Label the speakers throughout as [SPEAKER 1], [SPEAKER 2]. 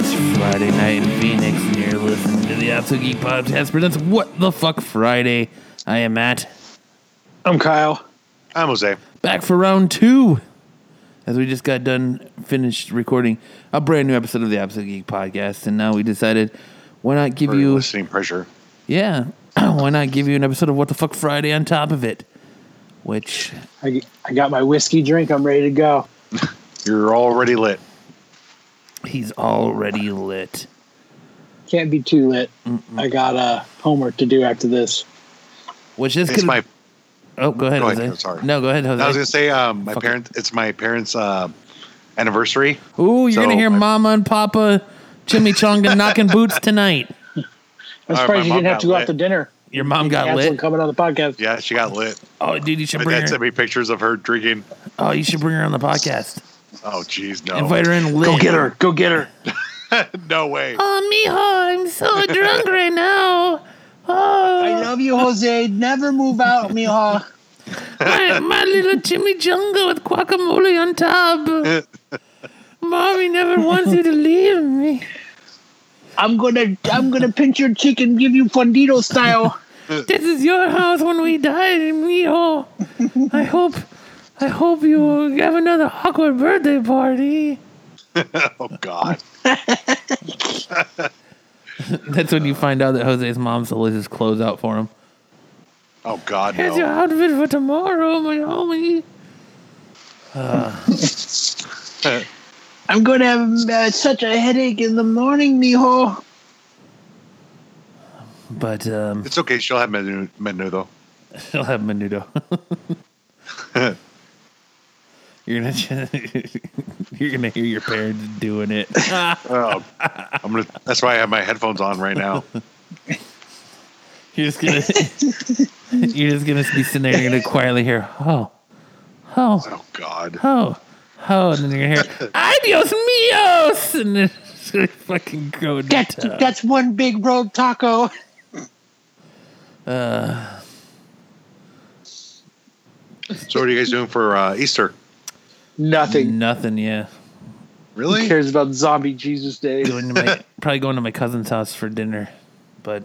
[SPEAKER 1] Friday night in Phoenix, and you're listening to the Absolute Geek Podcast presents What the Fuck Friday. I am Matt,
[SPEAKER 2] I'm Kyle.
[SPEAKER 3] I'm Jose.
[SPEAKER 1] back for round two, as we just got done finished recording a brand new episode of the Absolute Geek Podcast, and now we decided why not give
[SPEAKER 3] For
[SPEAKER 1] you
[SPEAKER 3] listening pressure.
[SPEAKER 1] yeah, why not give you an episode of What the Fuck Friday on top of it, which
[SPEAKER 2] I, I got my whiskey drink. I'm ready to go.
[SPEAKER 3] You're already lit.
[SPEAKER 1] he's already lit.
[SPEAKER 2] Can't be too lit. I got uh, homework to do after this.
[SPEAKER 1] Which this
[SPEAKER 3] It's
[SPEAKER 1] could
[SPEAKER 3] my.
[SPEAKER 1] oh go ahead
[SPEAKER 3] go ahead,
[SPEAKER 1] Jose
[SPEAKER 3] I'm sorry.
[SPEAKER 1] no go ahead Jose
[SPEAKER 3] I was gonna say, um, my
[SPEAKER 1] Fuck.
[SPEAKER 3] parents. It's my parents' uh, anniversary.
[SPEAKER 1] Ooh, you're gonna
[SPEAKER 3] So
[SPEAKER 1] hear
[SPEAKER 3] my-
[SPEAKER 1] Mama and Papa Chimichanga knocking boots tonight.
[SPEAKER 2] I'm
[SPEAKER 3] All right,
[SPEAKER 2] surprised
[SPEAKER 3] my
[SPEAKER 2] you
[SPEAKER 3] mom
[SPEAKER 2] didn't have
[SPEAKER 3] got
[SPEAKER 2] to go out
[SPEAKER 3] lit.
[SPEAKER 2] to dinner.
[SPEAKER 1] Your mom
[SPEAKER 2] You
[SPEAKER 1] got
[SPEAKER 2] had someone
[SPEAKER 1] lit.
[SPEAKER 2] coming on the podcast.
[SPEAKER 3] Yeah, she got lit.
[SPEAKER 1] Oh, dude, you should
[SPEAKER 3] My
[SPEAKER 1] bring
[SPEAKER 3] dad
[SPEAKER 1] her.
[SPEAKER 3] sent me pictures of her drinking.
[SPEAKER 1] Oh, you should bring her on the podcast.
[SPEAKER 3] Oh, jeez, no,
[SPEAKER 1] Invite her in. Lit.
[SPEAKER 2] Go get her. Go get her.
[SPEAKER 3] no way.
[SPEAKER 1] Oh, mijo, I'm so drunk right now.
[SPEAKER 2] I
[SPEAKER 1] Oh,
[SPEAKER 2] love you, Jose. Never move out, mija.
[SPEAKER 1] my, my little chimichanga with guacamole on top. Mommy never wants you to leave me.
[SPEAKER 2] I'm gonna I'm gonna pinch your cheek and give you fundido style.
[SPEAKER 1] This is your house when we die, mijo. I hope, I hope you have another awkward birthday party.
[SPEAKER 3] Oh God.
[SPEAKER 1] That's when you find out that Jose's mom still leaves his clothes out for him.
[SPEAKER 3] Oh God,
[SPEAKER 1] Here's your
[SPEAKER 3] no.
[SPEAKER 1] outfit for tomorrow, my homie.
[SPEAKER 2] I'm gonna have uh, such a headache in the morning, mijo.
[SPEAKER 1] But um,
[SPEAKER 3] It's okay. She'll have menu, menu though.
[SPEAKER 1] she'll have menudo.
[SPEAKER 3] Oh,
[SPEAKER 1] you're gonna you're gonna hear your parents doing it.
[SPEAKER 3] Oh, I'm gonna. That's why I have my headphones on right now.
[SPEAKER 1] You're just gonna you're just gonna be sitting there. You're gonna quietly hear oh, oh,
[SPEAKER 3] Oh God.
[SPEAKER 1] oh, oh, and then you're gonna hear adios mios, and then it's gonna fucking go to
[SPEAKER 2] That's
[SPEAKER 1] town.
[SPEAKER 2] that's one big road taco.
[SPEAKER 3] So what are you guys doing for uh, Easter?
[SPEAKER 2] Nothing.
[SPEAKER 1] nothing. Yeah.
[SPEAKER 3] Really?
[SPEAKER 2] Who cares about Zombie Jesus Day?
[SPEAKER 1] going to my probably going to my cousin's house for dinner, but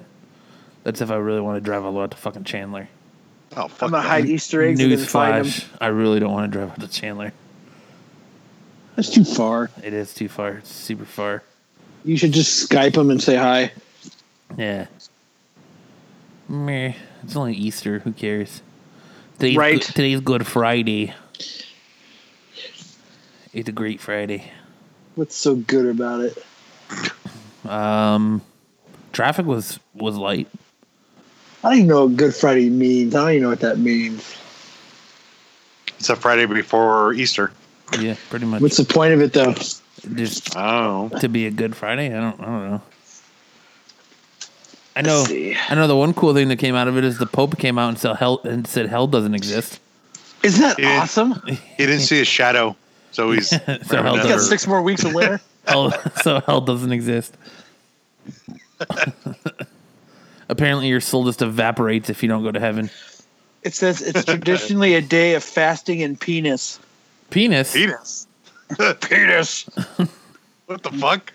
[SPEAKER 1] that's if I really want to drive all the way out to fucking Chandler.
[SPEAKER 3] Oh fuck.
[SPEAKER 2] I'm gonna
[SPEAKER 3] that.
[SPEAKER 2] hide Easter eggs and
[SPEAKER 1] News
[SPEAKER 2] then find them.
[SPEAKER 1] flash: I really don't want to drive out to Chandler.
[SPEAKER 2] That's too far.
[SPEAKER 1] It is too far. It's super far.
[SPEAKER 2] You should just Skype them and say hi.
[SPEAKER 1] Yeah. Meh. It's only Easter. Who cares? Today's
[SPEAKER 2] Right.
[SPEAKER 1] Good, today's Good Friday. It's a great Friday.
[SPEAKER 2] What's so good about it?
[SPEAKER 1] Um, traffic was was light.
[SPEAKER 2] I don't even know what Good Friday means. I don't even know what that means.
[SPEAKER 3] It's a Friday before Easter.
[SPEAKER 1] Yeah, pretty much.
[SPEAKER 2] What's the point of it, though?
[SPEAKER 1] Just
[SPEAKER 3] I don't know.
[SPEAKER 1] to be a Good Friday. I don't. I don't know. I know.
[SPEAKER 2] Let's see.
[SPEAKER 1] I know. The one cool thing that came out of it is the Pope came out and said hell and said hell doesn't exist.
[SPEAKER 2] Isn't that
[SPEAKER 3] Yeah.
[SPEAKER 2] awesome?
[SPEAKER 3] He didn't see his shadow, so he's
[SPEAKER 1] So held
[SPEAKER 2] You got
[SPEAKER 1] Sure.
[SPEAKER 2] six more weeks of winter.
[SPEAKER 1] Hell, so hell doesn't exist. Apparently, your soul just evaporates if you don't go to heaven.
[SPEAKER 2] it says it's traditionally a day of fasting and penis.
[SPEAKER 1] Penis.
[SPEAKER 3] penis.
[SPEAKER 2] Penis.
[SPEAKER 3] What the fuck?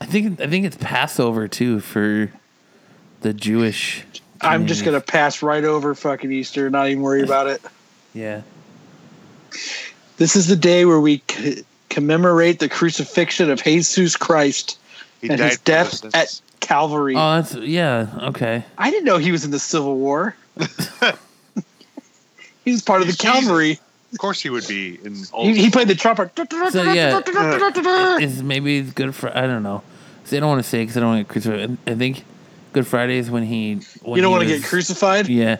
[SPEAKER 1] I think. I think it's Passover too for the Jewish.
[SPEAKER 2] I'm just gonna
[SPEAKER 1] community.
[SPEAKER 2] pass right over fucking Easter. Not even worry about it.
[SPEAKER 1] Yeah.
[SPEAKER 2] This is the day where we c- commemorate the crucifixion of Jesus Christ
[SPEAKER 3] He
[SPEAKER 2] and his
[SPEAKER 3] for
[SPEAKER 2] death
[SPEAKER 3] this.
[SPEAKER 2] at Calvary.
[SPEAKER 1] Oh, that's yeah. Okay.
[SPEAKER 2] I didn't know he was in the Civil War. he was part of the cavalry.
[SPEAKER 3] Of course, he would be in.
[SPEAKER 2] He,
[SPEAKER 3] Old,
[SPEAKER 2] he played the trumpet.
[SPEAKER 1] So yeah, is maybe it's good for I don't know. See, I don't want to say because I don't want to get crucified. I think Good Friday is when he. When
[SPEAKER 2] You don't want to
[SPEAKER 1] to
[SPEAKER 2] get crucified
[SPEAKER 1] Yeah,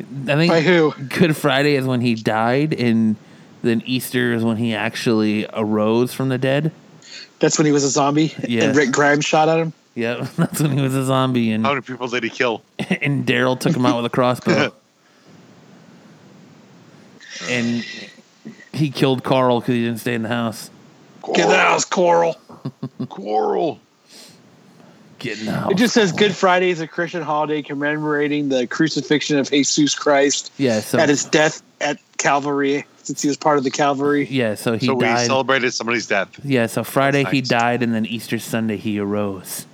[SPEAKER 1] I think
[SPEAKER 2] by who?
[SPEAKER 1] Good Friday is when he died, and then Easter is when he actually arose from the dead.
[SPEAKER 2] That's when he was a zombie,
[SPEAKER 1] Yeah.
[SPEAKER 2] and Rick Grimes shot at him.
[SPEAKER 1] Yep, that's when he was a zombie, and
[SPEAKER 3] how many people did he kill?
[SPEAKER 1] and Daryl took him out with a crossbow, and he killed Carl because he didn't stay in the house.
[SPEAKER 2] Get the house, Coral.
[SPEAKER 3] Quarrel.
[SPEAKER 1] Get in the house.
[SPEAKER 2] It just says Good Friday is a Christian holiday commemorating the crucifixion of Jesus Christ
[SPEAKER 1] yeah, so
[SPEAKER 2] at his death at Calvary since he was part of the cavalry.
[SPEAKER 1] Yeah, so he
[SPEAKER 3] so we
[SPEAKER 1] died.
[SPEAKER 3] celebrated somebody's death.
[SPEAKER 1] yeah, so Friday he
[SPEAKER 3] nice.
[SPEAKER 1] died, and then Easter Sunday he arose.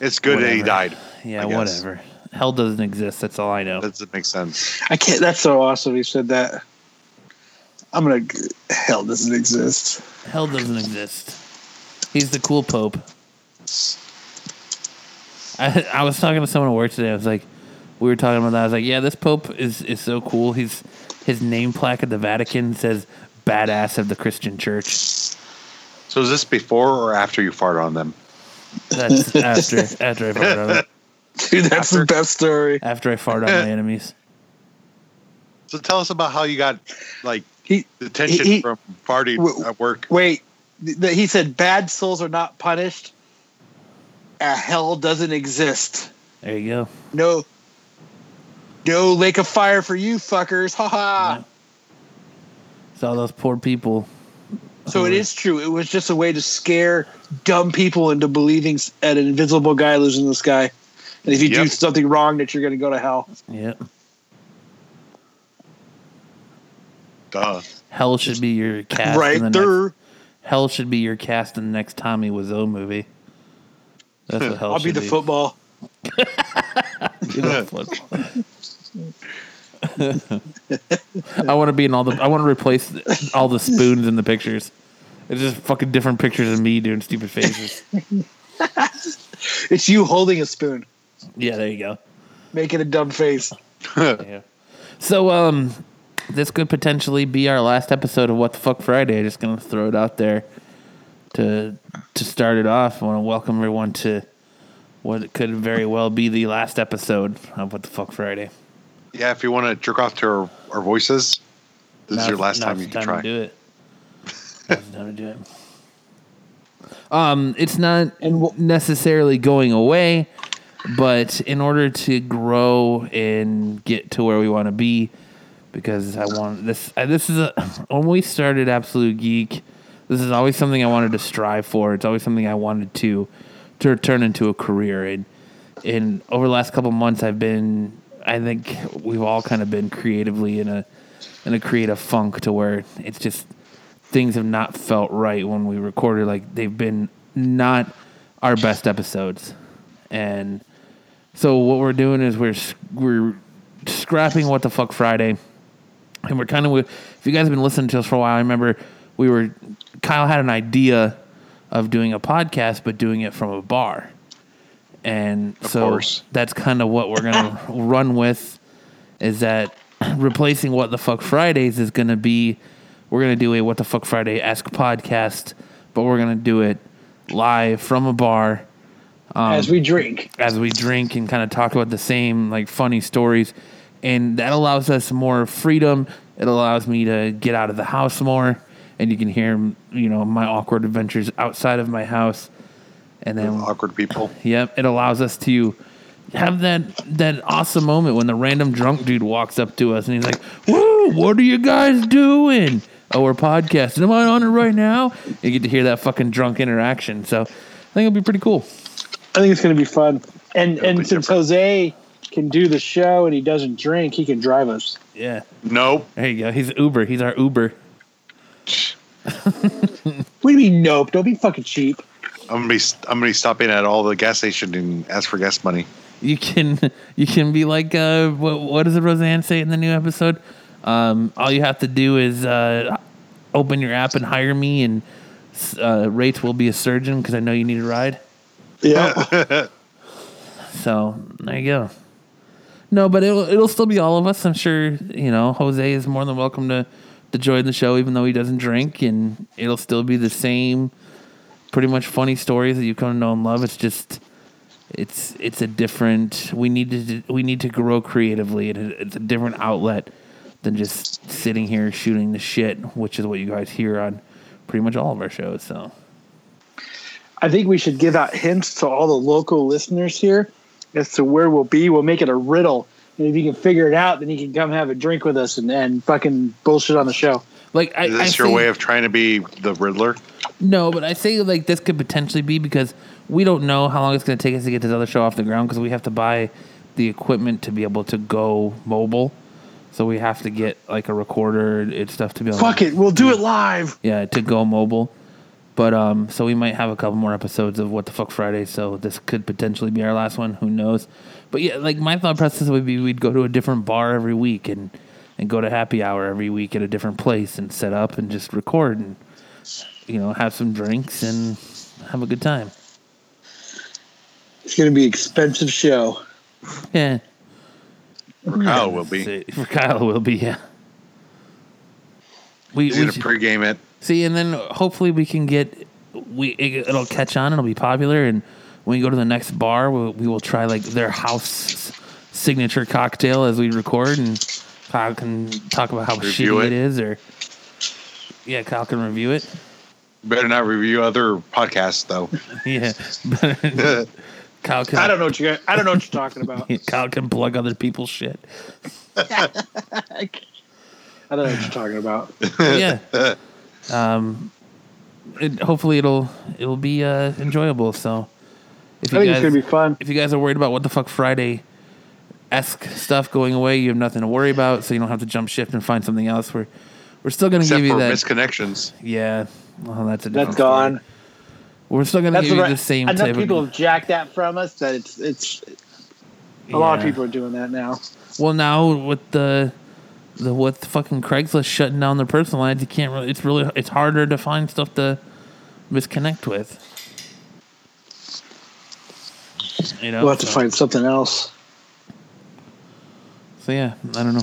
[SPEAKER 3] It's good that he
[SPEAKER 1] Whatever.
[SPEAKER 3] died.
[SPEAKER 1] Yeah,
[SPEAKER 3] I guess.
[SPEAKER 1] whatever. Hell doesn't exist. That's all I know.
[SPEAKER 3] That doesn't make sense.
[SPEAKER 2] I can't. That's so awesome. He said that. I'm gonna. Hell doesn't exist.
[SPEAKER 1] Hell doesn't exist. He's the cool pope. I, I was talking to someone at work today. I was like, we were talking about that. I was like, yeah, this pope is is so cool. He's his name plaque at the Vatican says "badass of the Christian Church."
[SPEAKER 3] So is this before or after you fart on them?
[SPEAKER 1] That's after after I fart on them-
[SPEAKER 2] Dude, that's the best story.
[SPEAKER 1] after I fart on my enemies.
[SPEAKER 3] So tell us about how you got like
[SPEAKER 2] He
[SPEAKER 3] the tension
[SPEAKER 2] He- he-
[SPEAKER 3] from farting
[SPEAKER 2] W-
[SPEAKER 3] at work.
[SPEAKER 2] wait. th- th- He said bad souls are not punished. Uh, hell doesn't exist.
[SPEAKER 1] There you go.
[SPEAKER 2] No. No lake of fire for you fuckers. Ha ha.
[SPEAKER 1] It's all those poor people.
[SPEAKER 2] So it is true. It was just a way to scare dumb people into believing s- that an invisible guy lives in the sky. And if you do
[SPEAKER 3] Yep.
[SPEAKER 2] something wrong, that you're going to go to hell.
[SPEAKER 1] Yep.
[SPEAKER 3] Duh.
[SPEAKER 1] Hell should be your cast. in the
[SPEAKER 2] right
[SPEAKER 1] next-
[SPEAKER 2] there.
[SPEAKER 1] hell should be your cast in the next Tommy Wiseau movie. That's what hell
[SPEAKER 2] I'll
[SPEAKER 1] should
[SPEAKER 2] be the football.
[SPEAKER 1] You know, flip. I want to be in all the. I want to replace all the spoons in the pictures. It's just fucking different pictures of me doing stupid faces.
[SPEAKER 2] It's you holding a spoon,
[SPEAKER 1] yeah, there you go.
[SPEAKER 2] making a dumb face.
[SPEAKER 1] Yeah. So, um, this could potentially be our last episode of What the Fuck Friday. Just gonna throw it out there to to start it off. I want to welcome everyone to what could very well be the last episode of What the Fuck Friday.
[SPEAKER 3] Yeah, if you want to jerk off to our, our voices, this
[SPEAKER 1] Now's-
[SPEAKER 3] is your last
[SPEAKER 1] now's
[SPEAKER 3] time
[SPEAKER 1] the
[SPEAKER 3] you can try.
[SPEAKER 1] To do it. Now's the time to do it. Um, it's not
[SPEAKER 2] And wh-
[SPEAKER 1] necessarily going away, but in order to grow and get to where we want to be, because I want this. I, this is a when we started Absolute Geek. This is always something I wanted to strive for. It's always something I wanted to to turn into a career. And and over the last couple months, I've been. I think we've all kind of been creatively in a in a creative funk to where it's just things have not felt right when we recorded. Like they've been not our best episodes, and so what we're doing is we're s- we're scrapping what the fuck Friday, and we're kind of if you guys have been listening to us for a while, I remember we were Kyle had an idea of doing a podcast, but doing it from a bar, and so
[SPEAKER 3] course.
[SPEAKER 1] that's kind of what we're gonna run with is that replacing what the fuck Fridays is going to be we're going to do a what the fuck Friday esque podcast, but we're going to do it live from a bar Um,
[SPEAKER 2] as we drink.
[SPEAKER 1] as we drink and kind of talk about the same like funny stories, and that allows us more freedom. It allows me to get out of the house more, and you can hear you know my awkward adventures outside of my house, and then
[SPEAKER 3] Awkward people.
[SPEAKER 1] Yep, it allows us to have that that awesome moment when the random drunk dude walks up to us and he's like, "Woo, what are you guys doing?" Oh, we're podcasting. Am I on it right now? You get to hear that fucking drunk interaction. So I think it'll be pretty cool.
[SPEAKER 2] I think it's going to be fun. And
[SPEAKER 3] be
[SPEAKER 2] and since
[SPEAKER 3] different.
[SPEAKER 2] Jose can do the show and he doesn't drink, he can drive us.
[SPEAKER 1] Yeah.
[SPEAKER 3] Nope.
[SPEAKER 1] There you go. He's Uber. He's our Uber.
[SPEAKER 2] What do you mean? Nope. Don't be fucking cheap.
[SPEAKER 3] I'm gonna be I'm gonna be stopping at all the gas station and ask for gas money.
[SPEAKER 1] You can you can be like uh what, what does Roseanne say in the new episode? Um, all you have to do is uh, open your app and hire me, and uh, rates will be a surgeon because I know you need a ride.
[SPEAKER 2] Yeah.
[SPEAKER 1] So there you go. No, but it'll it'll still be all of us. I'm sure you know Jose is more than welcome to to join the show, even though he doesn't drink, and it'll still be the same, pretty much funny stories that you come to know and love. It's just it's it's a different. We need to we need to grow creatively, and it- it's a different outlet than just sitting here shooting the shit, which is what you guys hear on pretty much all of our shows. So
[SPEAKER 2] I think we should give out hints to all the local listeners here as to where we'll be. We'll make it a riddle. And if you can figure it out, then you can come have a drink with us and, and fucking bullshit on the show.
[SPEAKER 1] like I,
[SPEAKER 3] Is
[SPEAKER 1] I
[SPEAKER 3] this your
[SPEAKER 1] see-
[SPEAKER 3] way of trying to be the Riddler?
[SPEAKER 1] No, but I say like this could potentially be because we don't know how long it's going to take us to get this other show off the ground because we have to buy the equipment to be able to go mobile. So we have to get like a recorder and- and stuff to be on.
[SPEAKER 2] Fuck it, we'll do it live.
[SPEAKER 1] Yeah, to go mobile. But um, so we might have a couple more episodes of What the Fuck Friday. So this could potentially be our last one. Who knows? But yeah, like my thought process would be we'd go to a different bar every week and and go to happy hour every week at a different place and set up and just record and you know have some drinks and have a good time.
[SPEAKER 2] It's gonna be an expensive show.
[SPEAKER 1] Yeah,
[SPEAKER 3] Or Kyle will be.
[SPEAKER 1] So- Kyle will be. Yeah. We,
[SPEAKER 3] He's gonna
[SPEAKER 1] should-
[SPEAKER 3] pregame it.
[SPEAKER 1] See, and then hopefully we can get we it, it'll catch on. It'll be popular, and when we go to the next bar, we, we will try like their house signature cocktail as we record, and Kyle can talk about how
[SPEAKER 3] Review
[SPEAKER 1] shitty it
[SPEAKER 3] it.
[SPEAKER 1] is, or yeah, Kyle can review it.
[SPEAKER 3] Better not review other podcasts though.
[SPEAKER 1] Yeah, but Kyle can.
[SPEAKER 2] I don't know what you guys, I don't know what you're talking about.
[SPEAKER 1] Kyle can plug other people's shit.
[SPEAKER 2] I don't know what you're talking about.
[SPEAKER 1] yeah. Um, it, hopefully it'll it'll be uh, enjoyable. So if
[SPEAKER 2] I think it's gonna be fun.
[SPEAKER 1] if you guys are worried about what the fuck Friday esque stuff going away, you have nothing to worry about, so you don't have to jump shift and find something else. We're we're still gonna
[SPEAKER 3] Except
[SPEAKER 1] give
[SPEAKER 3] for
[SPEAKER 1] you that.
[SPEAKER 3] misconnections.
[SPEAKER 1] yeah, well, that's a different
[SPEAKER 2] That's
[SPEAKER 1] story.
[SPEAKER 2] gone.
[SPEAKER 1] We're still gonna
[SPEAKER 2] That's
[SPEAKER 1] give
[SPEAKER 2] what
[SPEAKER 1] you
[SPEAKER 2] I-
[SPEAKER 1] the same
[SPEAKER 2] enough
[SPEAKER 1] type
[SPEAKER 2] people
[SPEAKER 1] of.
[SPEAKER 2] have jacked that from us that it's it's a lot of
[SPEAKER 1] Yeah.
[SPEAKER 2] people are doing that now.
[SPEAKER 1] Well, now with the the what the fucking Craigslist shutting down their personal ads, you can't really. It's really it's harder to find stuff to misconnect with. You know,
[SPEAKER 2] We'll have to
[SPEAKER 1] so-
[SPEAKER 2] find something else.
[SPEAKER 1] So yeah, I don't know.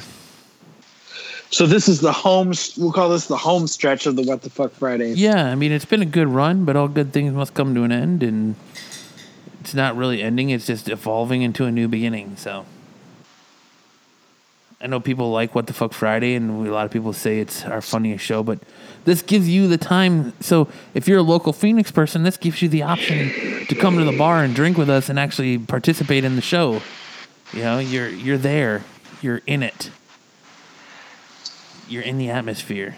[SPEAKER 2] So this is the home. We'll call this the home stretch of the What the Fuck Friday.
[SPEAKER 1] Yeah, I mean it's been a good run, but all good things must come to an end, and it's not really ending. It's just evolving into a new beginning. So I know people like What the Fuck Friday, and we- a lot of people say it's our funniest show, but this gives you the time. So if you're a local Phoenix person, this gives you the option to come to the bar and drink with us and actually participate in the show. You know, you're you're there, you're in it, you're in the atmosphere.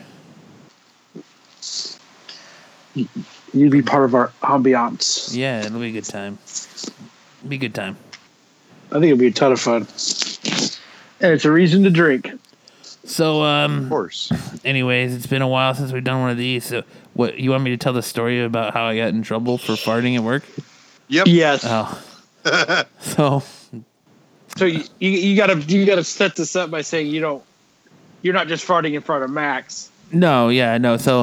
[SPEAKER 2] You'd be part of our ambiance.
[SPEAKER 1] Yeah, it'll be a good time. Be a good time.
[SPEAKER 2] I think it'd be a ton of fun, and it's a reason to drink.
[SPEAKER 1] So,
[SPEAKER 3] Of
[SPEAKER 1] um,
[SPEAKER 3] course.
[SPEAKER 1] anyways, it's been a while since we've done one of these. So, what you want me to tell the story about how I got in trouble for farting at work?
[SPEAKER 3] Yep.
[SPEAKER 2] Yes.
[SPEAKER 1] Oh, so
[SPEAKER 2] So you, you you gotta you gotta set this up by saying you don't you're not just farting in front of Max.
[SPEAKER 1] no, yeah, no. So,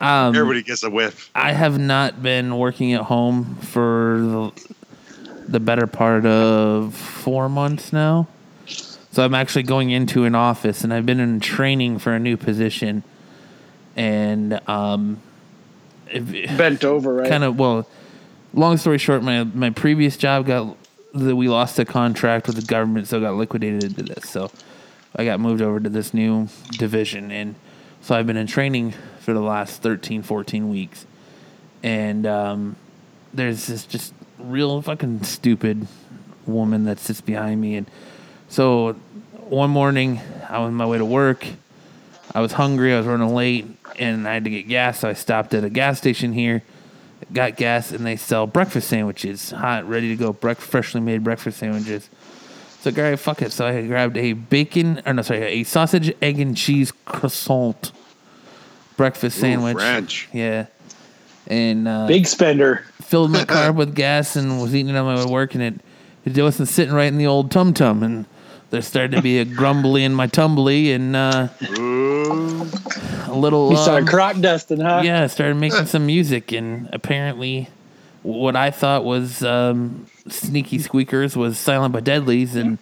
[SPEAKER 1] um,
[SPEAKER 3] Everybody gets a whiff.
[SPEAKER 1] I have not been working at home for the, the better part of four months now. So I'm actually going into an office, and I've been in training for a new position. And um, if,
[SPEAKER 2] Bent over, right?
[SPEAKER 1] kind of well long story short my my previous job got that we lost a contract with the government so it got liquidated into this so i got moved over to this new division and so i've been in training for the last 13 14 weeks and um, there's this just real fucking stupid woman that sits behind me and so one morning i was on my way to work i was hungry i was running late and i had to get gas so i stopped at a gas station here got gas and they sell breakfast sandwiches, hot, ready to go, brec- freshly made breakfast sandwiches. So, like, all right, fuck it. So I grabbed a bacon, or no, sorry, a sausage, egg, and cheese croissant breakfast sandwich.
[SPEAKER 3] French.
[SPEAKER 1] Yeah. And uh,
[SPEAKER 2] Big spender.
[SPEAKER 1] filled my car up with gas and was eating it on my way to work, and it, it wasn't sitting right in the old tum tum. And there started to be a grumbly in my tumbly and uh,
[SPEAKER 3] Ooh.
[SPEAKER 1] a little.
[SPEAKER 2] You
[SPEAKER 1] um,
[SPEAKER 2] started crock dusting, huh?
[SPEAKER 1] yeah, I started making some music, and apparently, what I thought was um, sneaky squeakers was silent but deadlies, and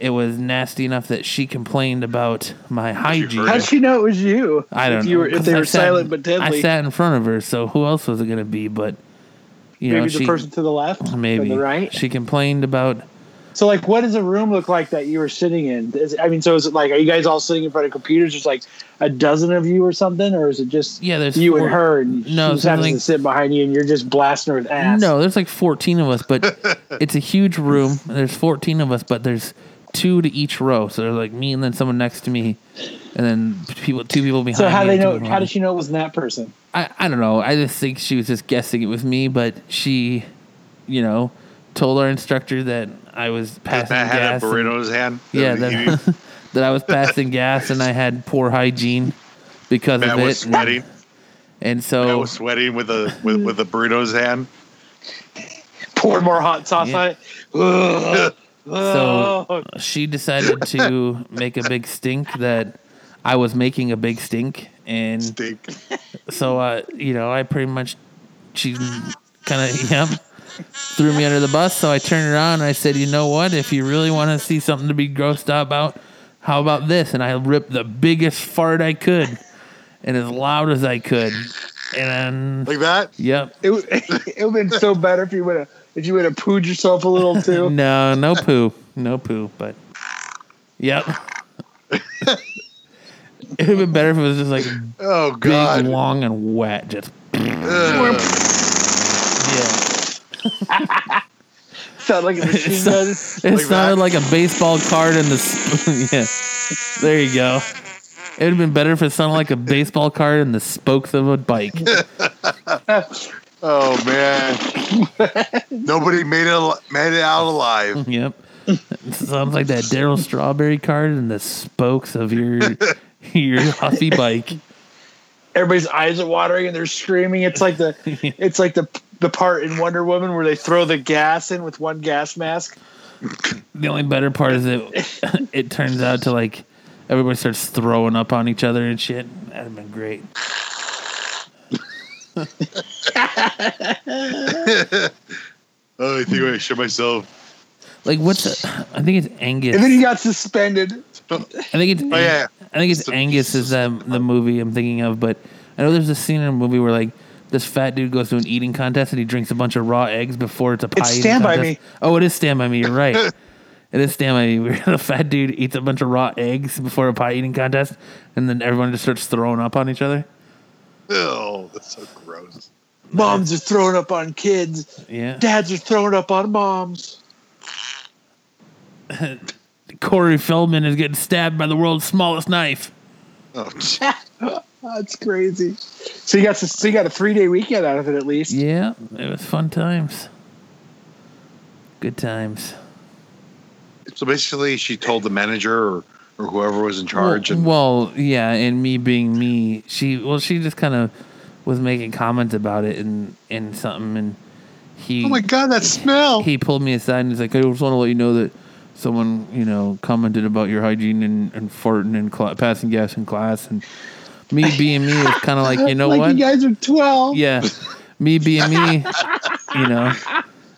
[SPEAKER 1] it was nasty enough that she complained about my hygiene.
[SPEAKER 2] How'd she know it was you?
[SPEAKER 1] I don't
[SPEAKER 2] if
[SPEAKER 1] know
[SPEAKER 2] You were, if
[SPEAKER 1] 'cause
[SPEAKER 2] they
[SPEAKER 1] I
[SPEAKER 2] were
[SPEAKER 1] sat-
[SPEAKER 2] silent but deadly,
[SPEAKER 1] I sat in front of her, so who else was it going to be? But you
[SPEAKER 2] maybe
[SPEAKER 1] know,
[SPEAKER 2] the
[SPEAKER 1] she
[SPEAKER 2] person to the left,
[SPEAKER 1] maybe
[SPEAKER 2] and the right.
[SPEAKER 1] she complained about
[SPEAKER 2] So, like, what does a room look like that you were sitting in? Is, I mean, so is it like, are you guys all sitting in front of computers? There's like a dozen of you or something, or is it just
[SPEAKER 1] Yeah, there's
[SPEAKER 2] you
[SPEAKER 1] four-
[SPEAKER 2] and her, and
[SPEAKER 1] No,
[SPEAKER 2] she's having
[SPEAKER 1] something-
[SPEAKER 2] to sit behind you, and you're just blasting her with ass?
[SPEAKER 1] No, there's like 14 of us, but it's a huge room. There's 14 of us, but there's two to each row. So there's like me and then someone next to me, and then people, two people behind.
[SPEAKER 2] So how
[SPEAKER 1] me
[SPEAKER 2] they
[SPEAKER 1] and two
[SPEAKER 2] know?
[SPEAKER 1] people
[SPEAKER 2] How
[SPEAKER 1] behind
[SPEAKER 2] did she know it wasn't that person?
[SPEAKER 1] I, I don't know. I just think she was just guessing it was me, but she, you know, told our instructor that I was passing
[SPEAKER 3] Matt had
[SPEAKER 1] gas.
[SPEAKER 3] a
[SPEAKER 1] and-
[SPEAKER 3] burrito in his hand.
[SPEAKER 1] yeah,
[SPEAKER 3] That-
[SPEAKER 1] that, that I was passing gas and I had poor hygiene because
[SPEAKER 3] Matt
[SPEAKER 1] of it.
[SPEAKER 3] was
[SPEAKER 1] and- oh.
[SPEAKER 3] sweating.
[SPEAKER 1] And
[SPEAKER 3] Matt
[SPEAKER 1] so
[SPEAKER 3] was sweating with a with, with a burrito's hand.
[SPEAKER 2] Pour more hot sauce
[SPEAKER 1] Yeah.
[SPEAKER 2] on it. Oh. Ugh.
[SPEAKER 3] Oh.
[SPEAKER 1] So-
[SPEAKER 2] Ugh.
[SPEAKER 1] she decided to make a big stink that I was making a big stink. And
[SPEAKER 3] Stink.
[SPEAKER 1] so, uh, you know, I pretty much, she kind of, yep, threw me under the bus. So I turned around and I said, you know what? If you really want to see something to be grossed out about, how about this? And I ripped the biggest fart I could and as loud as I could. And
[SPEAKER 3] Like that?
[SPEAKER 1] yep.
[SPEAKER 2] it would it would have been so better if you would have if you would have pooed yourself a little too.
[SPEAKER 1] No, no poo. No poo, but yep. it would have been better if it was just like
[SPEAKER 3] Oh
[SPEAKER 1] big,
[SPEAKER 3] god.
[SPEAKER 1] long, and wet. Just
[SPEAKER 3] Ugh.
[SPEAKER 1] yeah.
[SPEAKER 2] Sound like a machine gun.
[SPEAKER 1] It
[SPEAKER 3] Like
[SPEAKER 1] sounded
[SPEAKER 3] that?
[SPEAKER 1] like a baseball card in the sp- yeah. There you go. It would have been better if it sounded like a baseball card in the spokes of a bike.
[SPEAKER 3] Oh man. Nobody made it al- made it out alive.
[SPEAKER 1] yep. It sounds like that Daryl Strawberry card in the spokes of your your huffy bike.
[SPEAKER 2] Everybody's eyes are watering and they're screaming. It's like the it's like the the part in Wonder Woman where they throw the gas in with one gas mask.
[SPEAKER 1] The only better part is that it turns out to like everybody starts throwing up on each other and shit. That'd have been great.
[SPEAKER 3] Oh, I think I shit myself.
[SPEAKER 1] Like what's the, I think it's Angus.
[SPEAKER 2] And then he got suspended.
[SPEAKER 1] I think it's
[SPEAKER 3] Oh, yeah.
[SPEAKER 1] I think it's Angus is um, the movie I'm thinking of, but I know there's a scene in a movie where like this fat dude goes to an eating contest and he drinks a bunch of raw eggs before it's a pie. eating
[SPEAKER 2] Stand By
[SPEAKER 1] contest.
[SPEAKER 2] Me.
[SPEAKER 1] Oh, it is Stand by Me. You're right. it is Stand by Me. Where the fat dude eats a bunch of raw eggs before a pie eating contest, and then everyone just starts throwing up on each other.
[SPEAKER 3] Oh, that's so gross.
[SPEAKER 2] Moms are throwing up on kids.
[SPEAKER 1] Yeah.
[SPEAKER 2] Dads are throwing up on moms.
[SPEAKER 1] Corey Feldman is getting stabbed by the world's smallest knife.
[SPEAKER 3] Oh,
[SPEAKER 2] That's Ah, crazy. So you got sus- so you got a three day weekend out of it at least.
[SPEAKER 1] Yeah, it was fun times. Good times.
[SPEAKER 3] So basically, she told the manager or, or whoever was in charge,
[SPEAKER 1] Well,
[SPEAKER 3] and
[SPEAKER 1] well, yeah, and me being me, she well, she just kind of was making comments about it and and something, and he
[SPEAKER 3] oh my god, that smell!
[SPEAKER 1] he pulled me aside and he's like, I just want to let you know that someone, you know, commented about your hygiene and, and farting and cla passing gas in class. And me being me was kind of like, you know
[SPEAKER 2] like
[SPEAKER 1] what?
[SPEAKER 2] you guys are twelve.
[SPEAKER 1] yeah, me being me, you know,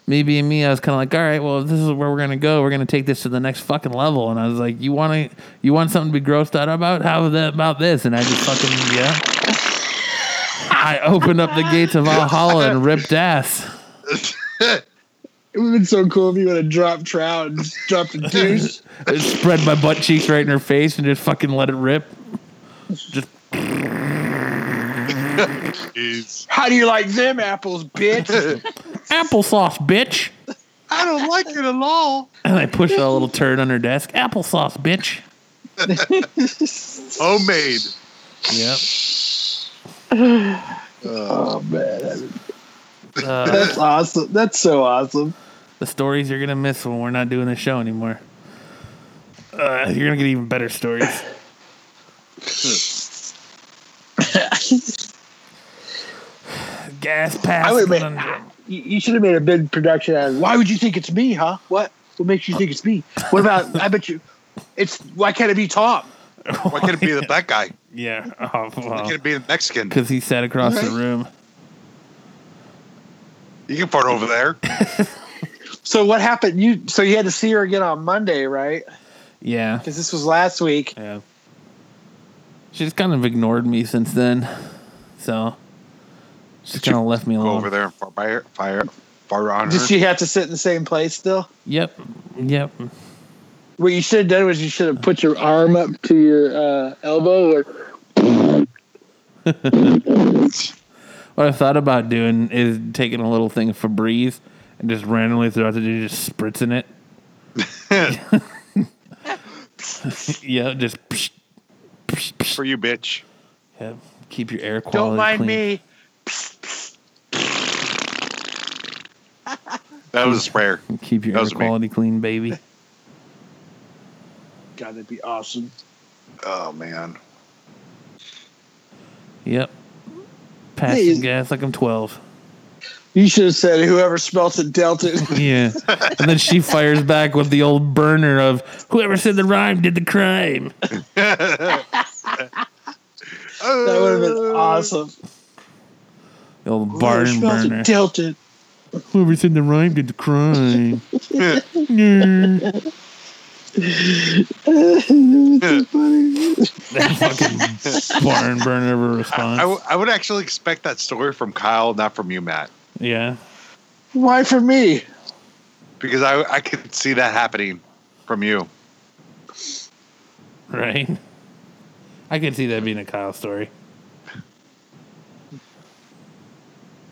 [SPEAKER 1] me being me, I was kind of like, all right, well, this is where we're gonna go. We're gonna take this to the next fucking level. And I was like, you want to, you want something to be grossed out about? How the, about this? And I just fucking yeah. I opened up the gates of Valhalla and ripped ass.
[SPEAKER 2] It would have been so cool if you would have dropped trout and just dropped a deuce.
[SPEAKER 1] I spread my butt cheeks right in her face and just fucking let it rip. Just
[SPEAKER 3] Jeez.
[SPEAKER 2] How do you like them apples, bitch?
[SPEAKER 1] applesauce, bitch.
[SPEAKER 3] I don't like it at all.
[SPEAKER 1] And I pushed a little turd on her desk. Applesauce, bitch.
[SPEAKER 3] Homemade.
[SPEAKER 1] Yep.
[SPEAKER 2] oh man,
[SPEAKER 1] Uh,
[SPEAKER 2] that's awesome. That's so awesome.
[SPEAKER 1] the stories you're gonna miss when we're not doing the show anymore. Uh, you're gonna get even better stories. Gas pass.
[SPEAKER 2] I would have made. You, you should have made a big production out of. Why would you think it's me, huh? What? What makes you think it's me? What about? I bet you. It's why can't it be Tom?
[SPEAKER 3] Why can't it be the black guy?
[SPEAKER 1] yeah, oh,
[SPEAKER 3] Why can't
[SPEAKER 1] well,
[SPEAKER 3] it be the Mexican?
[SPEAKER 1] because he sat across the room.
[SPEAKER 3] You can fart over there.
[SPEAKER 2] So what happened? You so you had to see her again on Monday, right?
[SPEAKER 1] Yeah,
[SPEAKER 2] Because this was last week.
[SPEAKER 1] yeah. She's kind of ignored me since then, so she's kind of left me
[SPEAKER 3] Go
[SPEAKER 1] alone.
[SPEAKER 3] over there and fart by her, fire, fart on her.
[SPEAKER 2] Did she have to sit in the same place still?
[SPEAKER 1] Yep, yep.
[SPEAKER 2] What you should have done was you should have put your arm up to your uh, elbow or
[SPEAKER 1] What I thought about doing is taking a little thing of Febreze and just randomly throughout the day just spritzing it. yeah, just psh, psh, psh.
[SPEAKER 3] For you, bitch.
[SPEAKER 1] Yeah, keep your air quality.
[SPEAKER 2] don't mind
[SPEAKER 1] clean.
[SPEAKER 2] me.
[SPEAKER 3] That was a sprayer.
[SPEAKER 1] Keep your
[SPEAKER 3] That
[SPEAKER 1] air
[SPEAKER 3] was me.
[SPEAKER 1] quality clean, baby.
[SPEAKER 2] God, that'd be awesome.
[SPEAKER 3] Oh man.
[SPEAKER 1] Yep. Pass
[SPEAKER 2] Please.
[SPEAKER 1] some gas like I'm 12.
[SPEAKER 2] You should have said whoever smelt it dealt it.
[SPEAKER 1] Yeah. and then she fires back with the old burner of whoever said the rhyme did the crime.
[SPEAKER 2] That would have been awesome.
[SPEAKER 1] The old
[SPEAKER 2] Whoever
[SPEAKER 1] barn
[SPEAKER 2] smelt
[SPEAKER 1] burner.
[SPEAKER 2] it dealt it.
[SPEAKER 1] Whoever said the rhyme did the crime. that fucking barn burner of a
[SPEAKER 3] I,
[SPEAKER 1] response.
[SPEAKER 3] w- I would actually expect that story from Kyle, not from you, Matt,
[SPEAKER 1] yeah.
[SPEAKER 2] Why for me?
[SPEAKER 3] because I I could see that happening from you.
[SPEAKER 1] Right. I could see that being a Kyle story.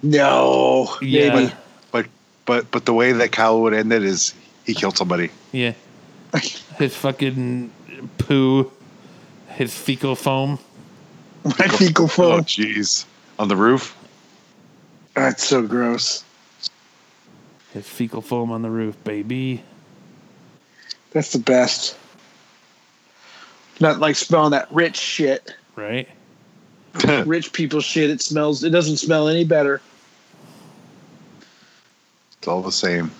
[SPEAKER 2] No.
[SPEAKER 1] Yeah.
[SPEAKER 2] Maybe.
[SPEAKER 3] But but but the way that Kyle would end it is he killed somebody.
[SPEAKER 1] Yeah. His fucking poo, his fecal foam.
[SPEAKER 2] My fecal
[SPEAKER 3] Oh
[SPEAKER 2] foam.
[SPEAKER 3] jeez, on the roof.
[SPEAKER 2] That's so gross.
[SPEAKER 1] His fecal foam on the roof, baby.
[SPEAKER 2] That's the best. Not like smelling that rich shit.
[SPEAKER 1] Right?
[SPEAKER 2] Rich people shit. It smells. It doesn't smell any better.
[SPEAKER 3] It's all the same.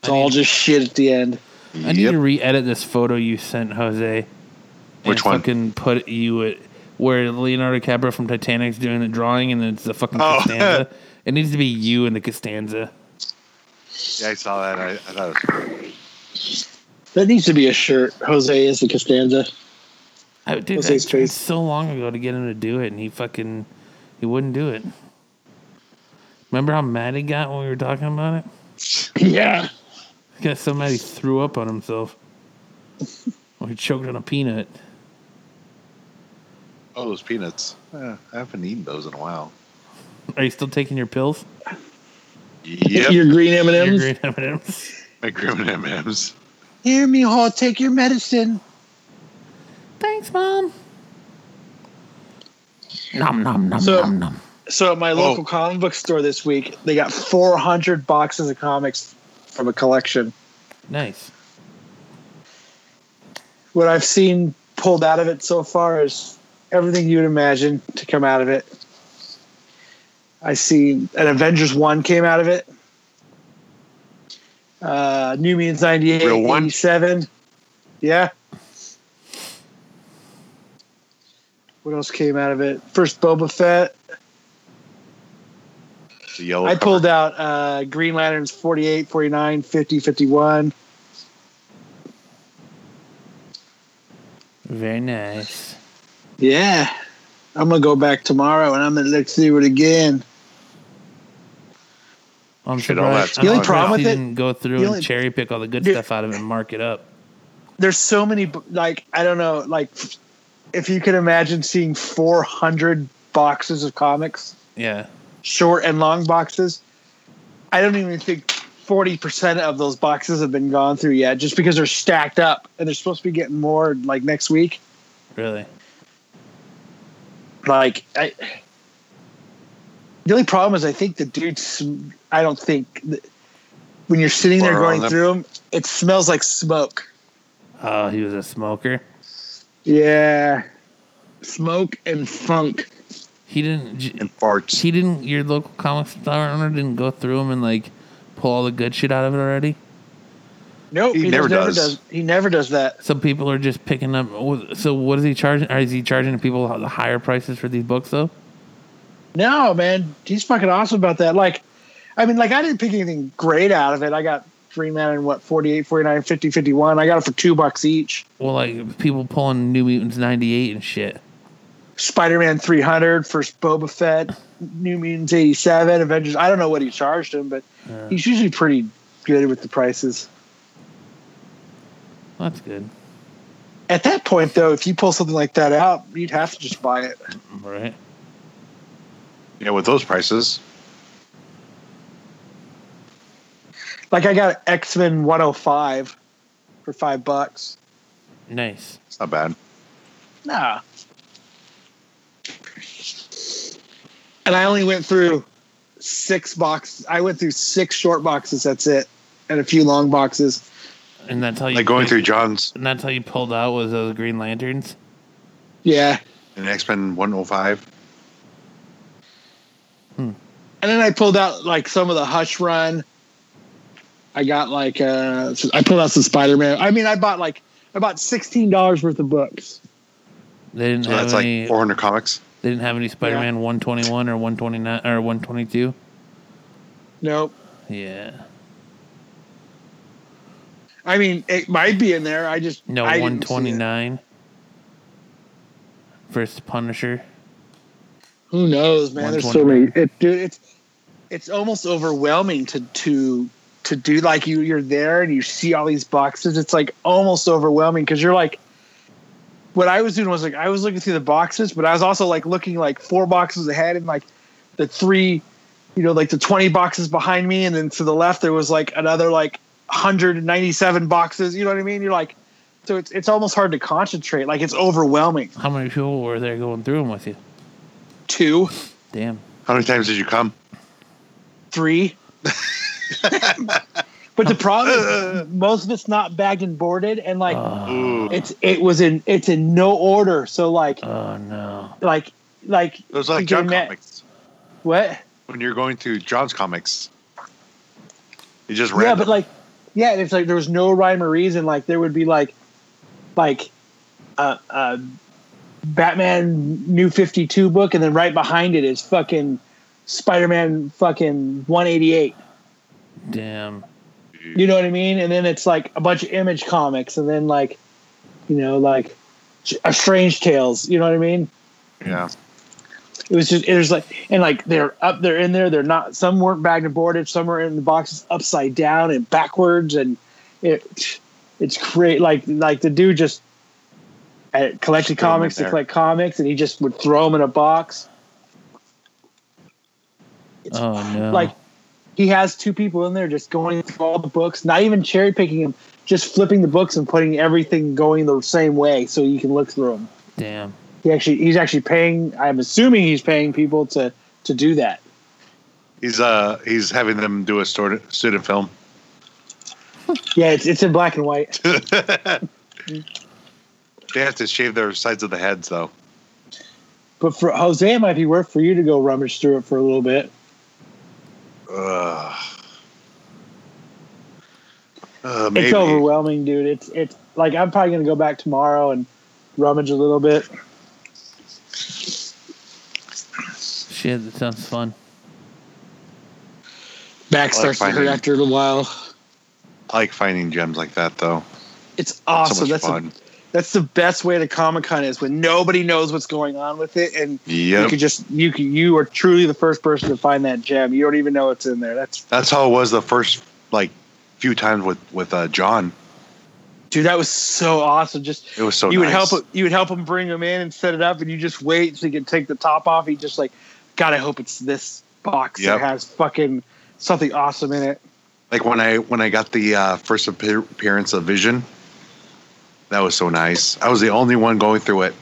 [SPEAKER 2] It's all just shit at the end.
[SPEAKER 1] I need
[SPEAKER 3] Yep.
[SPEAKER 1] to re-edit this photo you sent, Jose.
[SPEAKER 3] Which one?
[SPEAKER 1] Fucking put you at where Leonardo DiCaprio from Titanic's doing the drawing, and it's the fucking
[SPEAKER 3] Oh.
[SPEAKER 1] Costanza. it needs to be you and the Costanza.
[SPEAKER 3] Yeah, I saw that. I, I thought it was
[SPEAKER 2] That needs to be a shirt. Jose is the Costanza.
[SPEAKER 1] I dude,
[SPEAKER 2] Jose's
[SPEAKER 1] I tried
[SPEAKER 2] face.
[SPEAKER 1] so long ago to get him to do it, and he fucking he wouldn't do it. Remember how mad he got when we were talking about it?
[SPEAKER 2] Yeah.
[SPEAKER 1] He got so mad he threw up on himself, or he choked on a peanut.
[SPEAKER 3] oh those peanuts. Yeah, I haven't eaten those in a while.
[SPEAKER 1] Are you still taking your pills?
[SPEAKER 3] Yep,
[SPEAKER 2] Your green M and
[SPEAKER 1] Your
[SPEAKER 2] M's.
[SPEAKER 1] green M&Ms?
[SPEAKER 3] my Grim M&Ms.
[SPEAKER 2] Hear me, Hall. Take your medicine.
[SPEAKER 1] Thanks, mom. Nom nom nom
[SPEAKER 2] So-
[SPEAKER 1] nom nom.
[SPEAKER 2] So
[SPEAKER 1] Oh.
[SPEAKER 2] at my local comic book store this week, they got 400 boxes of comics from a collection.
[SPEAKER 1] Nice.
[SPEAKER 2] What I've seen pulled out of it so far is everything you'd imagine to come out of it. I see an Avengers one came out of it. Uh, New Mutants 98,
[SPEAKER 3] Real one?
[SPEAKER 2] 87. Yeah. What else came out of it? First Boba Fett.
[SPEAKER 3] The yellow.
[SPEAKER 2] I
[SPEAKER 3] cover.
[SPEAKER 2] pulled out uh, Green Lanterns 48, 49, 50, 51.
[SPEAKER 1] Very nice.
[SPEAKER 2] Yeah. I'm going to go back tomorrow and I'm going to look through it again.
[SPEAKER 1] I'm
[SPEAKER 3] Shit, all
[SPEAKER 1] surprised.
[SPEAKER 3] that's
[SPEAKER 1] I'm
[SPEAKER 3] The only
[SPEAKER 1] surprised
[SPEAKER 2] problem with
[SPEAKER 1] he
[SPEAKER 2] it-
[SPEAKER 1] didn't go through
[SPEAKER 2] the
[SPEAKER 1] and
[SPEAKER 2] only-
[SPEAKER 1] cherry pick all the good
[SPEAKER 2] Dude.
[SPEAKER 1] stuff out of it and mark it up.
[SPEAKER 2] There's so many, b- like, I don't know, like, if you could imagine seeing 400 boxes of comics,
[SPEAKER 1] Yeah.
[SPEAKER 2] short and long boxes, I don't even think 40% of those boxes have been gone through yet just because they're stacked up and they're supposed to be getting more, like, next week.
[SPEAKER 1] Really?
[SPEAKER 2] like I, the only problem is I think the dude. sm- I don't think th- when you're sitting there
[SPEAKER 3] Or
[SPEAKER 2] going
[SPEAKER 3] on the-
[SPEAKER 2] through them, it smells like smoke.
[SPEAKER 1] Oh, he was a smoker.
[SPEAKER 2] Yeah, smoke and funk.
[SPEAKER 1] He didn't. j-
[SPEAKER 3] and farts.
[SPEAKER 1] He didn't. Your local comic store owner didn't go through them and like pull all the good shit out of it already.
[SPEAKER 2] Nope,
[SPEAKER 3] He never does.
[SPEAKER 2] He never does that.
[SPEAKER 1] Some people are just picking up. So what is he charging? Or is he charging people the higher prices for these books though?
[SPEAKER 2] No, man, he's fucking awesome about that. Like, I mean, like I didn't pick anything great out of it. I got Green Lantern, what 48, 49, 50, 51. I got it for two bucks each.
[SPEAKER 1] Well, like people pulling New Mutants '98 and shit.
[SPEAKER 2] Spider-Man 300, first Boba Fett, New Mutants 87, Avengers. I don't know what he charged him, but
[SPEAKER 1] Yeah.
[SPEAKER 2] he's usually pretty good with the prices.
[SPEAKER 1] That's good,
[SPEAKER 2] At that point, though, if you pull something like that out, you'd have to just buy it.
[SPEAKER 1] right?
[SPEAKER 3] Yeah, with those prices.
[SPEAKER 2] Like I got X-Men 105 for five bucks.
[SPEAKER 1] Nice.
[SPEAKER 3] It's not bad.
[SPEAKER 2] Nah. And I only went through six boxes. I went through six short boxes. That's it, and a few long boxes.
[SPEAKER 1] and that's how you
[SPEAKER 3] Like going through John's
[SPEAKER 1] and that's how you pulled out was those Green Lanterns.
[SPEAKER 2] Yeah.
[SPEAKER 3] in oh X Men 105.
[SPEAKER 2] And then I pulled out like some of the Hush Run. I got like uh I pulled out some Spider Man. I mean I bought like I bought sixteen dollars worth of books.
[SPEAKER 1] They didn't
[SPEAKER 3] So
[SPEAKER 1] have
[SPEAKER 3] that's
[SPEAKER 1] any.
[SPEAKER 3] like 400 comics.
[SPEAKER 1] they didn't have any Spider-Man 121 or 129 or 122.
[SPEAKER 2] Nope.
[SPEAKER 1] Yeah.
[SPEAKER 2] I mean it might be in there. I just
[SPEAKER 1] No,
[SPEAKER 2] I didn't see it.
[SPEAKER 1] 129. First Punisher.
[SPEAKER 2] Who knows, man? There's so many.
[SPEAKER 1] 129.
[SPEAKER 2] It, dude, it's it's almost overwhelming to to to do like you you're there and you see all these boxes. It's like almost overwhelming because you're like. What I was doing was like I was looking through the boxes, but I was also like looking like four boxes ahead and like the three, you know, like the twenty boxes behind me, and then to the left there was like another like hundred ninety seven boxes. You know what I mean? You're like, so it's it's almost hard to concentrate. Like it's overwhelming.
[SPEAKER 1] How many people were there going through them with you?
[SPEAKER 2] Two,
[SPEAKER 1] Damn.
[SPEAKER 3] How many times did you come?
[SPEAKER 2] three. but the problem is most of it's not bagged and boarded, and like
[SPEAKER 1] Uh. Oh,
[SPEAKER 3] Ooh.
[SPEAKER 2] it's it was in it's in no order. So like
[SPEAKER 1] Oh no.
[SPEAKER 2] like like
[SPEAKER 3] It was like
[SPEAKER 2] you can
[SPEAKER 3] John
[SPEAKER 2] ima-
[SPEAKER 3] comics.
[SPEAKER 2] What?
[SPEAKER 3] When you're going through John's comics, you just read.
[SPEAKER 2] Yeah,
[SPEAKER 3] them.
[SPEAKER 2] but like yeah, and it's like there was no rhyme or reason. Like there would be like like uh, uh Batman New Fifty Two book, and then right behind it is fucking Spider Man fucking one eighty eight.
[SPEAKER 1] Damn.
[SPEAKER 2] you know what I mean? And then it's like a bunch of image comics, and then like, you know, like a Strange Tales. You know what I mean?
[SPEAKER 3] yeah.
[SPEAKER 2] It was just there's like and like they're up, they're in there, they're not. Some weren't bagged and boarded, some were in the boxes upside down and backwards, and it it's great. Like like the dude just uh, collected
[SPEAKER 3] Throw 'em in
[SPEAKER 2] comics to
[SPEAKER 3] there.
[SPEAKER 2] collect comics, and he just would throw them in a box.
[SPEAKER 1] Oh no.
[SPEAKER 2] like he has two people in there just going through all the books, not even cherry picking them, just flipping the books and putting everything going the same way so you can look through them.
[SPEAKER 1] damn.
[SPEAKER 2] He actually he's actually paying. I'm assuming he's paying people to to do that.
[SPEAKER 3] He's uh he's having them do a sort student film.
[SPEAKER 2] Yeah, it's it's in black and white.
[SPEAKER 3] They have to shave their sides of the heads though.
[SPEAKER 2] But for Jose, it might be worth for you to go rummage through it for a little bit.
[SPEAKER 3] Ugh. Uh,
[SPEAKER 2] It's
[SPEAKER 3] maybe.
[SPEAKER 2] overwhelming, dude. It's it's like I'm probably gonna go back tomorrow and rummage a little bit.
[SPEAKER 1] Shit, that sounds fun.
[SPEAKER 2] Back
[SPEAKER 3] Well,
[SPEAKER 2] starts to hurt
[SPEAKER 3] finding-
[SPEAKER 2] after a while.
[SPEAKER 3] I like finding gems like that though.
[SPEAKER 2] It's awesome.
[SPEAKER 3] so much
[SPEAKER 2] that's
[SPEAKER 3] fun.
[SPEAKER 2] A, that's the best way to Comic Con is when nobody knows what's going on with it and You
[SPEAKER 3] Yep.
[SPEAKER 2] could just you could, you are truly the first person to find that gem. You don't even know it's in there. That's
[SPEAKER 3] That's how it was the first like few times with with uh, John.
[SPEAKER 2] dude, that was so awesome. Just
[SPEAKER 3] It was so
[SPEAKER 2] you would
[SPEAKER 3] nice.
[SPEAKER 2] help you would help him bring him in and set it up, and you just wait so he can take the top off. He just like, God, I hope it's this box
[SPEAKER 3] Yep.
[SPEAKER 2] that has fucking something awesome in it.
[SPEAKER 3] Like when I when I got the uh, first appear- appearance of Vision, that was so nice. I was the only one going through it.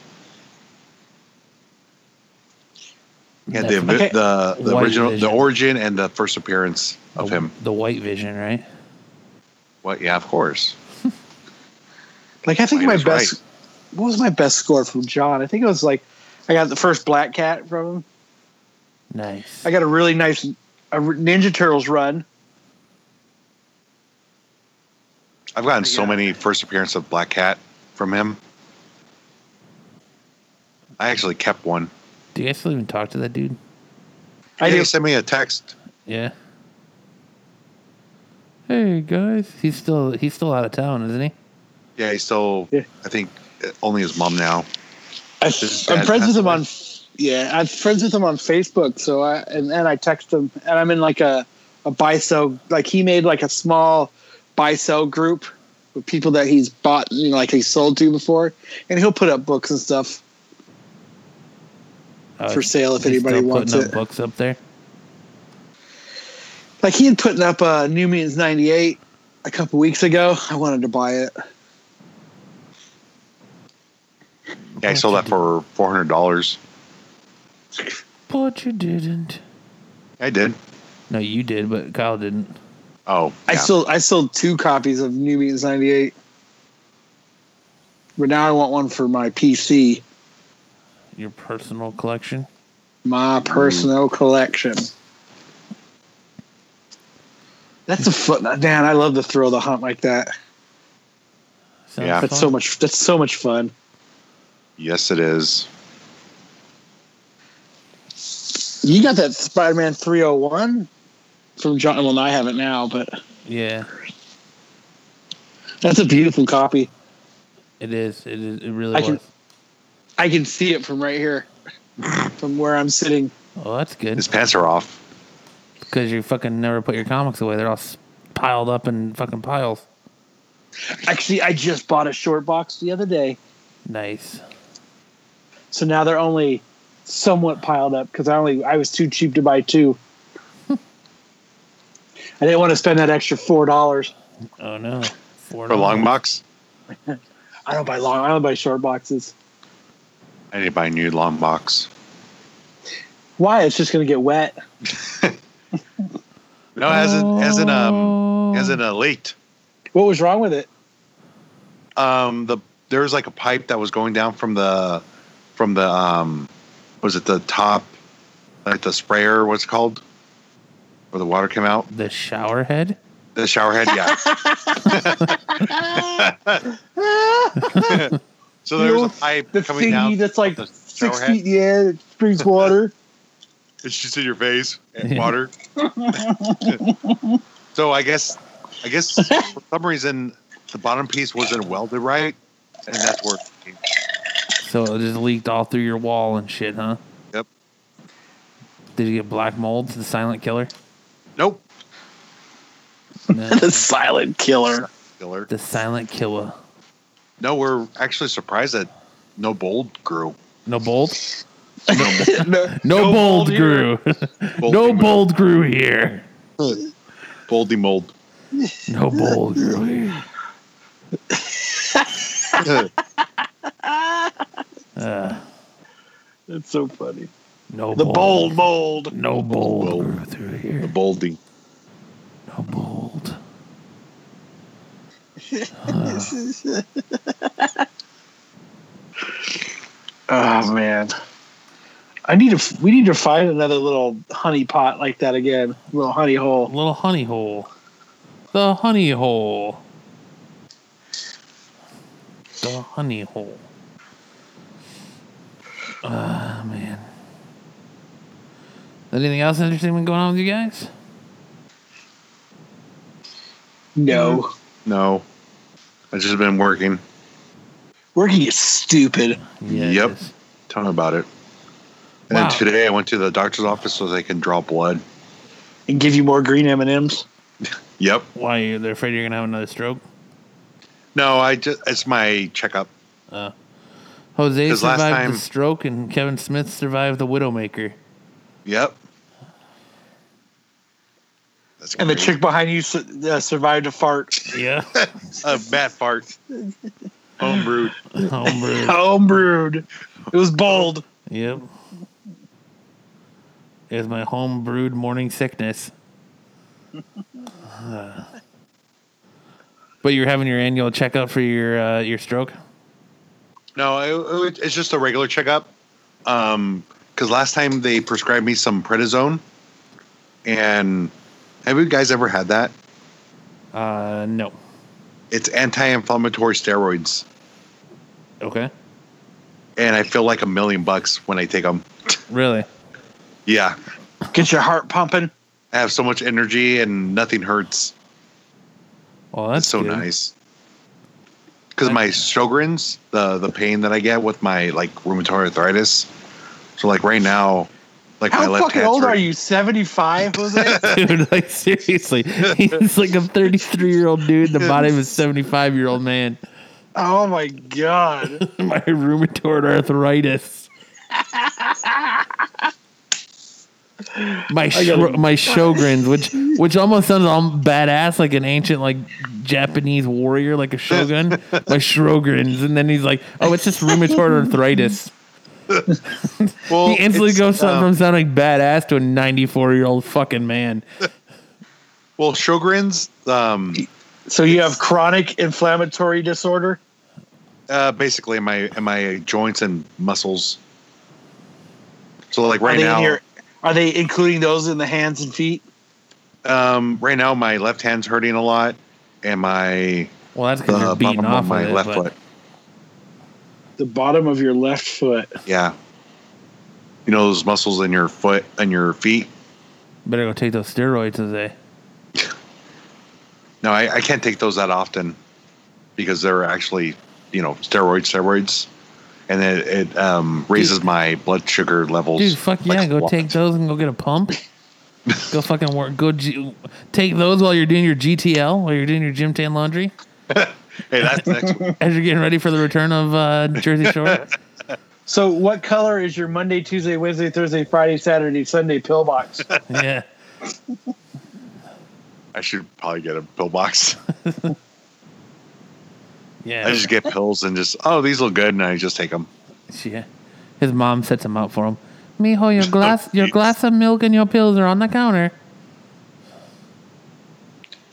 [SPEAKER 3] Yeah, the
[SPEAKER 1] That's-
[SPEAKER 2] Okay.
[SPEAKER 3] the, the
[SPEAKER 1] White
[SPEAKER 3] original,
[SPEAKER 1] Vision. Oh.
[SPEAKER 3] the origin, and the first appearance of
[SPEAKER 1] the,
[SPEAKER 3] him.
[SPEAKER 1] The White Vision, right?
[SPEAKER 3] What? Yeah, of course.
[SPEAKER 2] Like I think
[SPEAKER 3] Mine
[SPEAKER 2] my
[SPEAKER 3] was
[SPEAKER 2] best
[SPEAKER 3] right.
[SPEAKER 2] what was my best score from John? I think it was like I got the first Black Cat from him.
[SPEAKER 1] Nice.
[SPEAKER 2] I got a really nice a Ninja Turtles run.
[SPEAKER 3] I've gotten so
[SPEAKER 2] Yeah.
[SPEAKER 3] many first appearance of Black Cat from him. I actually kept one.
[SPEAKER 1] Do you guys still even talk to that dude?
[SPEAKER 2] I
[SPEAKER 3] I
[SPEAKER 2] do.
[SPEAKER 3] he sent me a text.
[SPEAKER 1] Yeah. Hey guys, he's still he's still out of town, isn't he?
[SPEAKER 3] Yeah, he's still.
[SPEAKER 2] Yeah.
[SPEAKER 3] I think uh, only his mom now.
[SPEAKER 2] I,
[SPEAKER 3] His
[SPEAKER 2] I'm
[SPEAKER 3] dad
[SPEAKER 2] friends with
[SPEAKER 3] passed
[SPEAKER 2] him
[SPEAKER 3] away.
[SPEAKER 2] on. Yeah, I'm friends with him on Facebook. So I and, and I text him, and I'm in like a a buy sell. Like he made like a small buy sell group with people that he's bought, you know, like he sold to before, and he'll put up books and stuff
[SPEAKER 1] Oh,
[SPEAKER 2] for sale if
[SPEAKER 1] he's
[SPEAKER 2] anybody
[SPEAKER 1] still
[SPEAKER 2] wants
[SPEAKER 1] putting Up
[SPEAKER 2] it.
[SPEAKER 1] books up there.
[SPEAKER 2] Like he had put up uh, New Mutants '98 a couple weeks ago. I wanted to buy it.
[SPEAKER 3] Yeah, I sold that for four hundred dollars.
[SPEAKER 1] But you didn't.
[SPEAKER 3] I did.
[SPEAKER 1] No, you did, but Kyle didn't.
[SPEAKER 3] Oh,
[SPEAKER 2] I
[SPEAKER 3] yeah.
[SPEAKER 2] sold I sold two copies of New Mutants ninety eight. But now I want one for my PC,
[SPEAKER 1] Your personal collection.
[SPEAKER 2] my personal collection. That's a fun man. I love the thrill of the hunt like that.
[SPEAKER 1] Sounds
[SPEAKER 3] Yeah.
[SPEAKER 1] fun.
[SPEAKER 2] That's so much. That's so much fun.
[SPEAKER 3] yes, it is.
[SPEAKER 2] You got that Spider Man three hundred one from John. Well, I have it now, but
[SPEAKER 1] Yeah,
[SPEAKER 2] that's a beautiful copy.
[SPEAKER 1] it is. It is. It really
[SPEAKER 2] I
[SPEAKER 1] was.
[SPEAKER 2] can- I can see it from right here, from where I'm sitting.
[SPEAKER 1] oh, that's good.
[SPEAKER 3] His pants are off.
[SPEAKER 1] Because you fucking never put your comics away. They're all s- piled up in fucking piles.
[SPEAKER 2] Actually, I just bought a short box the other day,
[SPEAKER 1] Nice.
[SPEAKER 2] so now they're only somewhat piled up because I only I was too cheap to buy two. I didn't want to spend that extra four dollars.
[SPEAKER 1] Oh no. Four
[SPEAKER 3] For a long box,
[SPEAKER 2] I don't buy long. I don't buy short boxes.
[SPEAKER 3] I need to buy a new long box.
[SPEAKER 2] Why? It's just going to get wet.
[SPEAKER 3] No, it hasn't hasn't um
[SPEAKER 1] Oh.
[SPEAKER 3] hasn't uh, leaked.
[SPEAKER 2] What was wrong with it?
[SPEAKER 3] Um, the there was like a pipe that was going down from the from the um was it the top like the sprayer what's it called where the water came out
[SPEAKER 1] the shower head?
[SPEAKER 3] the shower head yeah. so there was a pipe
[SPEAKER 2] The
[SPEAKER 3] coming
[SPEAKER 2] thingy
[SPEAKER 3] down.
[SPEAKER 2] that's like
[SPEAKER 3] the
[SPEAKER 2] six
[SPEAKER 3] shower head?
[SPEAKER 2] feet in the air that springs water.
[SPEAKER 3] It's just in your face and water. so I guess, I guess for some reason the bottom piece wasn't welded right, and that's where.
[SPEAKER 1] So it just leaked all through your wall and shit, huh?
[SPEAKER 3] Yep.
[SPEAKER 1] Did you get black mold to the silent killer?
[SPEAKER 3] Nope.
[SPEAKER 1] No.
[SPEAKER 2] the silent killer.
[SPEAKER 3] Killer.
[SPEAKER 1] the silent killer.
[SPEAKER 3] No, we're actually surprised that no bold grew.
[SPEAKER 1] No bold?
[SPEAKER 2] no,
[SPEAKER 1] No, bold,
[SPEAKER 3] here.
[SPEAKER 1] grew. no bold grew here.
[SPEAKER 3] Boldy mold.
[SPEAKER 1] No bold grew here. Uh,
[SPEAKER 2] that's so funny.
[SPEAKER 1] no
[SPEAKER 2] The bold mold.
[SPEAKER 1] No bold,
[SPEAKER 3] Bold.
[SPEAKER 1] grew through
[SPEAKER 3] the
[SPEAKER 1] here.
[SPEAKER 3] boldy.
[SPEAKER 1] No bold.
[SPEAKER 2] Oh man, I need to. We need to find another little honey pot like that again. Little honey hole.
[SPEAKER 1] Little honey hole. The honey hole. The honey hole. Ah, man. Anything else interesting been going on with you guys?
[SPEAKER 2] No,
[SPEAKER 3] No, I just been working.
[SPEAKER 2] working is stupid.
[SPEAKER 1] it
[SPEAKER 3] Yep.
[SPEAKER 1] is.
[SPEAKER 3] Tell me about it. And
[SPEAKER 1] Wow.
[SPEAKER 3] then today I went to the doctor's office so they can draw blood.
[SPEAKER 2] And give you more green M and M's.
[SPEAKER 3] Yep.
[SPEAKER 1] Why you they're afraid you're gonna have another stroke?
[SPEAKER 3] No, I just it's my checkup.
[SPEAKER 1] Jose
[SPEAKER 3] 'Cause last
[SPEAKER 1] survived
[SPEAKER 3] time-
[SPEAKER 1] the stroke, and Kevin Smith survived the Widowmaker.
[SPEAKER 3] Yep. That's
[SPEAKER 2] And the
[SPEAKER 3] great.
[SPEAKER 2] chick behind you su- uh, survived a fart.
[SPEAKER 1] Yeah,
[SPEAKER 3] uh, Matt Fart, homebrewed.
[SPEAKER 1] homebrew.
[SPEAKER 2] Homebrewed. It was bold.
[SPEAKER 1] Yep. It was my home brewed morning sickness. Uh, but you're having your annual checkup for your uh, your stroke.
[SPEAKER 3] No, it, it- it's just a regular checkup. Um, because last time they prescribed me some prednisone, and have you guys ever had that?
[SPEAKER 1] Uh, no.
[SPEAKER 3] It's anti-inflammatory steroids,
[SPEAKER 1] Okay.
[SPEAKER 3] and I feel like a million bucks when I take them.
[SPEAKER 1] Really?
[SPEAKER 3] Yeah,
[SPEAKER 2] Get your heart pumping.
[SPEAKER 3] I have so much energy and nothing hurts.
[SPEAKER 1] Well, that's
[SPEAKER 3] It's so
[SPEAKER 1] good.
[SPEAKER 3] nice. Because my Sjogren's, the the pain that I get with my like rheumatoid arthritis. So like right now, like my
[SPEAKER 2] How
[SPEAKER 3] left
[SPEAKER 2] fucking
[SPEAKER 3] hand's
[SPEAKER 2] old
[SPEAKER 3] hurt.
[SPEAKER 2] are you? Seventy five, Jose.
[SPEAKER 1] Dude, like seriously, he's like a 33 year old dude in the body of a 75 year old man.
[SPEAKER 2] oh my god.
[SPEAKER 1] My rheumatoid arthritis. my shro- my shoguns, which which almost sounds all badass, like an ancient like Japanese warrior, like a shogun. my shoguns, and then he's like, "Oh, it's just rheumatoid arthritis."
[SPEAKER 3] Well,
[SPEAKER 1] He instantly
[SPEAKER 3] it's,
[SPEAKER 1] goes
[SPEAKER 3] um,
[SPEAKER 1] from sounding badass to a ninety-four year old fucking man.
[SPEAKER 3] Well, Sjogren's um,
[SPEAKER 1] E
[SPEAKER 2] So you have chronic inflammatory disorder.
[SPEAKER 3] uh, basically in my in my joints and muscles. So like
[SPEAKER 2] are
[SPEAKER 3] right
[SPEAKER 2] they in
[SPEAKER 3] now,
[SPEAKER 2] your- are they including those in the hands and feet?
[SPEAKER 3] um, right now my left hand's hurting a lot, and my
[SPEAKER 1] Well, that's
[SPEAKER 3] the
[SPEAKER 1] because you're beating
[SPEAKER 3] bottom
[SPEAKER 1] off
[SPEAKER 3] of my
[SPEAKER 1] of it,
[SPEAKER 3] left
[SPEAKER 1] but-
[SPEAKER 3] foot.
[SPEAKER 2] The bottom of your left foot.
[SPEAKER 3] Yeah. You know those muscles in your foot and your feet.
[SPEAKER 1] Better go take those steroids today.
[SPEAKER 3] No, I, I can't take those that often because they're actually, you know, steroids, steroids, and it, it um, raises my blood sugar levels.
[SPEAKER 1] Dude, fuck
[SPEAKER 3] like
[SPEAKER 1] yeah,
[SPEAKER 3] a
[SPEAKER 1] go
[SPEAKER 3] lot.
[SPEAKER 1] take those and go get a pump. go fucking work. Go G- take those while you're doing your GTL, while you're doing your gym tan laundry,
[SPEAKER 3] Hey, that's next. one.
[SPEAKER 1] as you're getting ready for the return of uh, Jersey Shore.
[SPEAKER 2] So what color is your Monday, Tuesday, Wednesday, Thursday, Friday, Saturday, Sunday pillbox?
[SPEAKER 1] yeah.
[SPEAKER 3] I should probably get a pill box. I
[SPEAKER 1] Yeah.
[SPEAKER 3] just get pills and just oh, these look good, and I just take them.
[SPEAKER 1] yeah. His mom sets him out for him. Mijo, your glass, your
[SPEAKER 3] Jeez.
[SPEAKER 1] glass of milk and your pills are on the counter.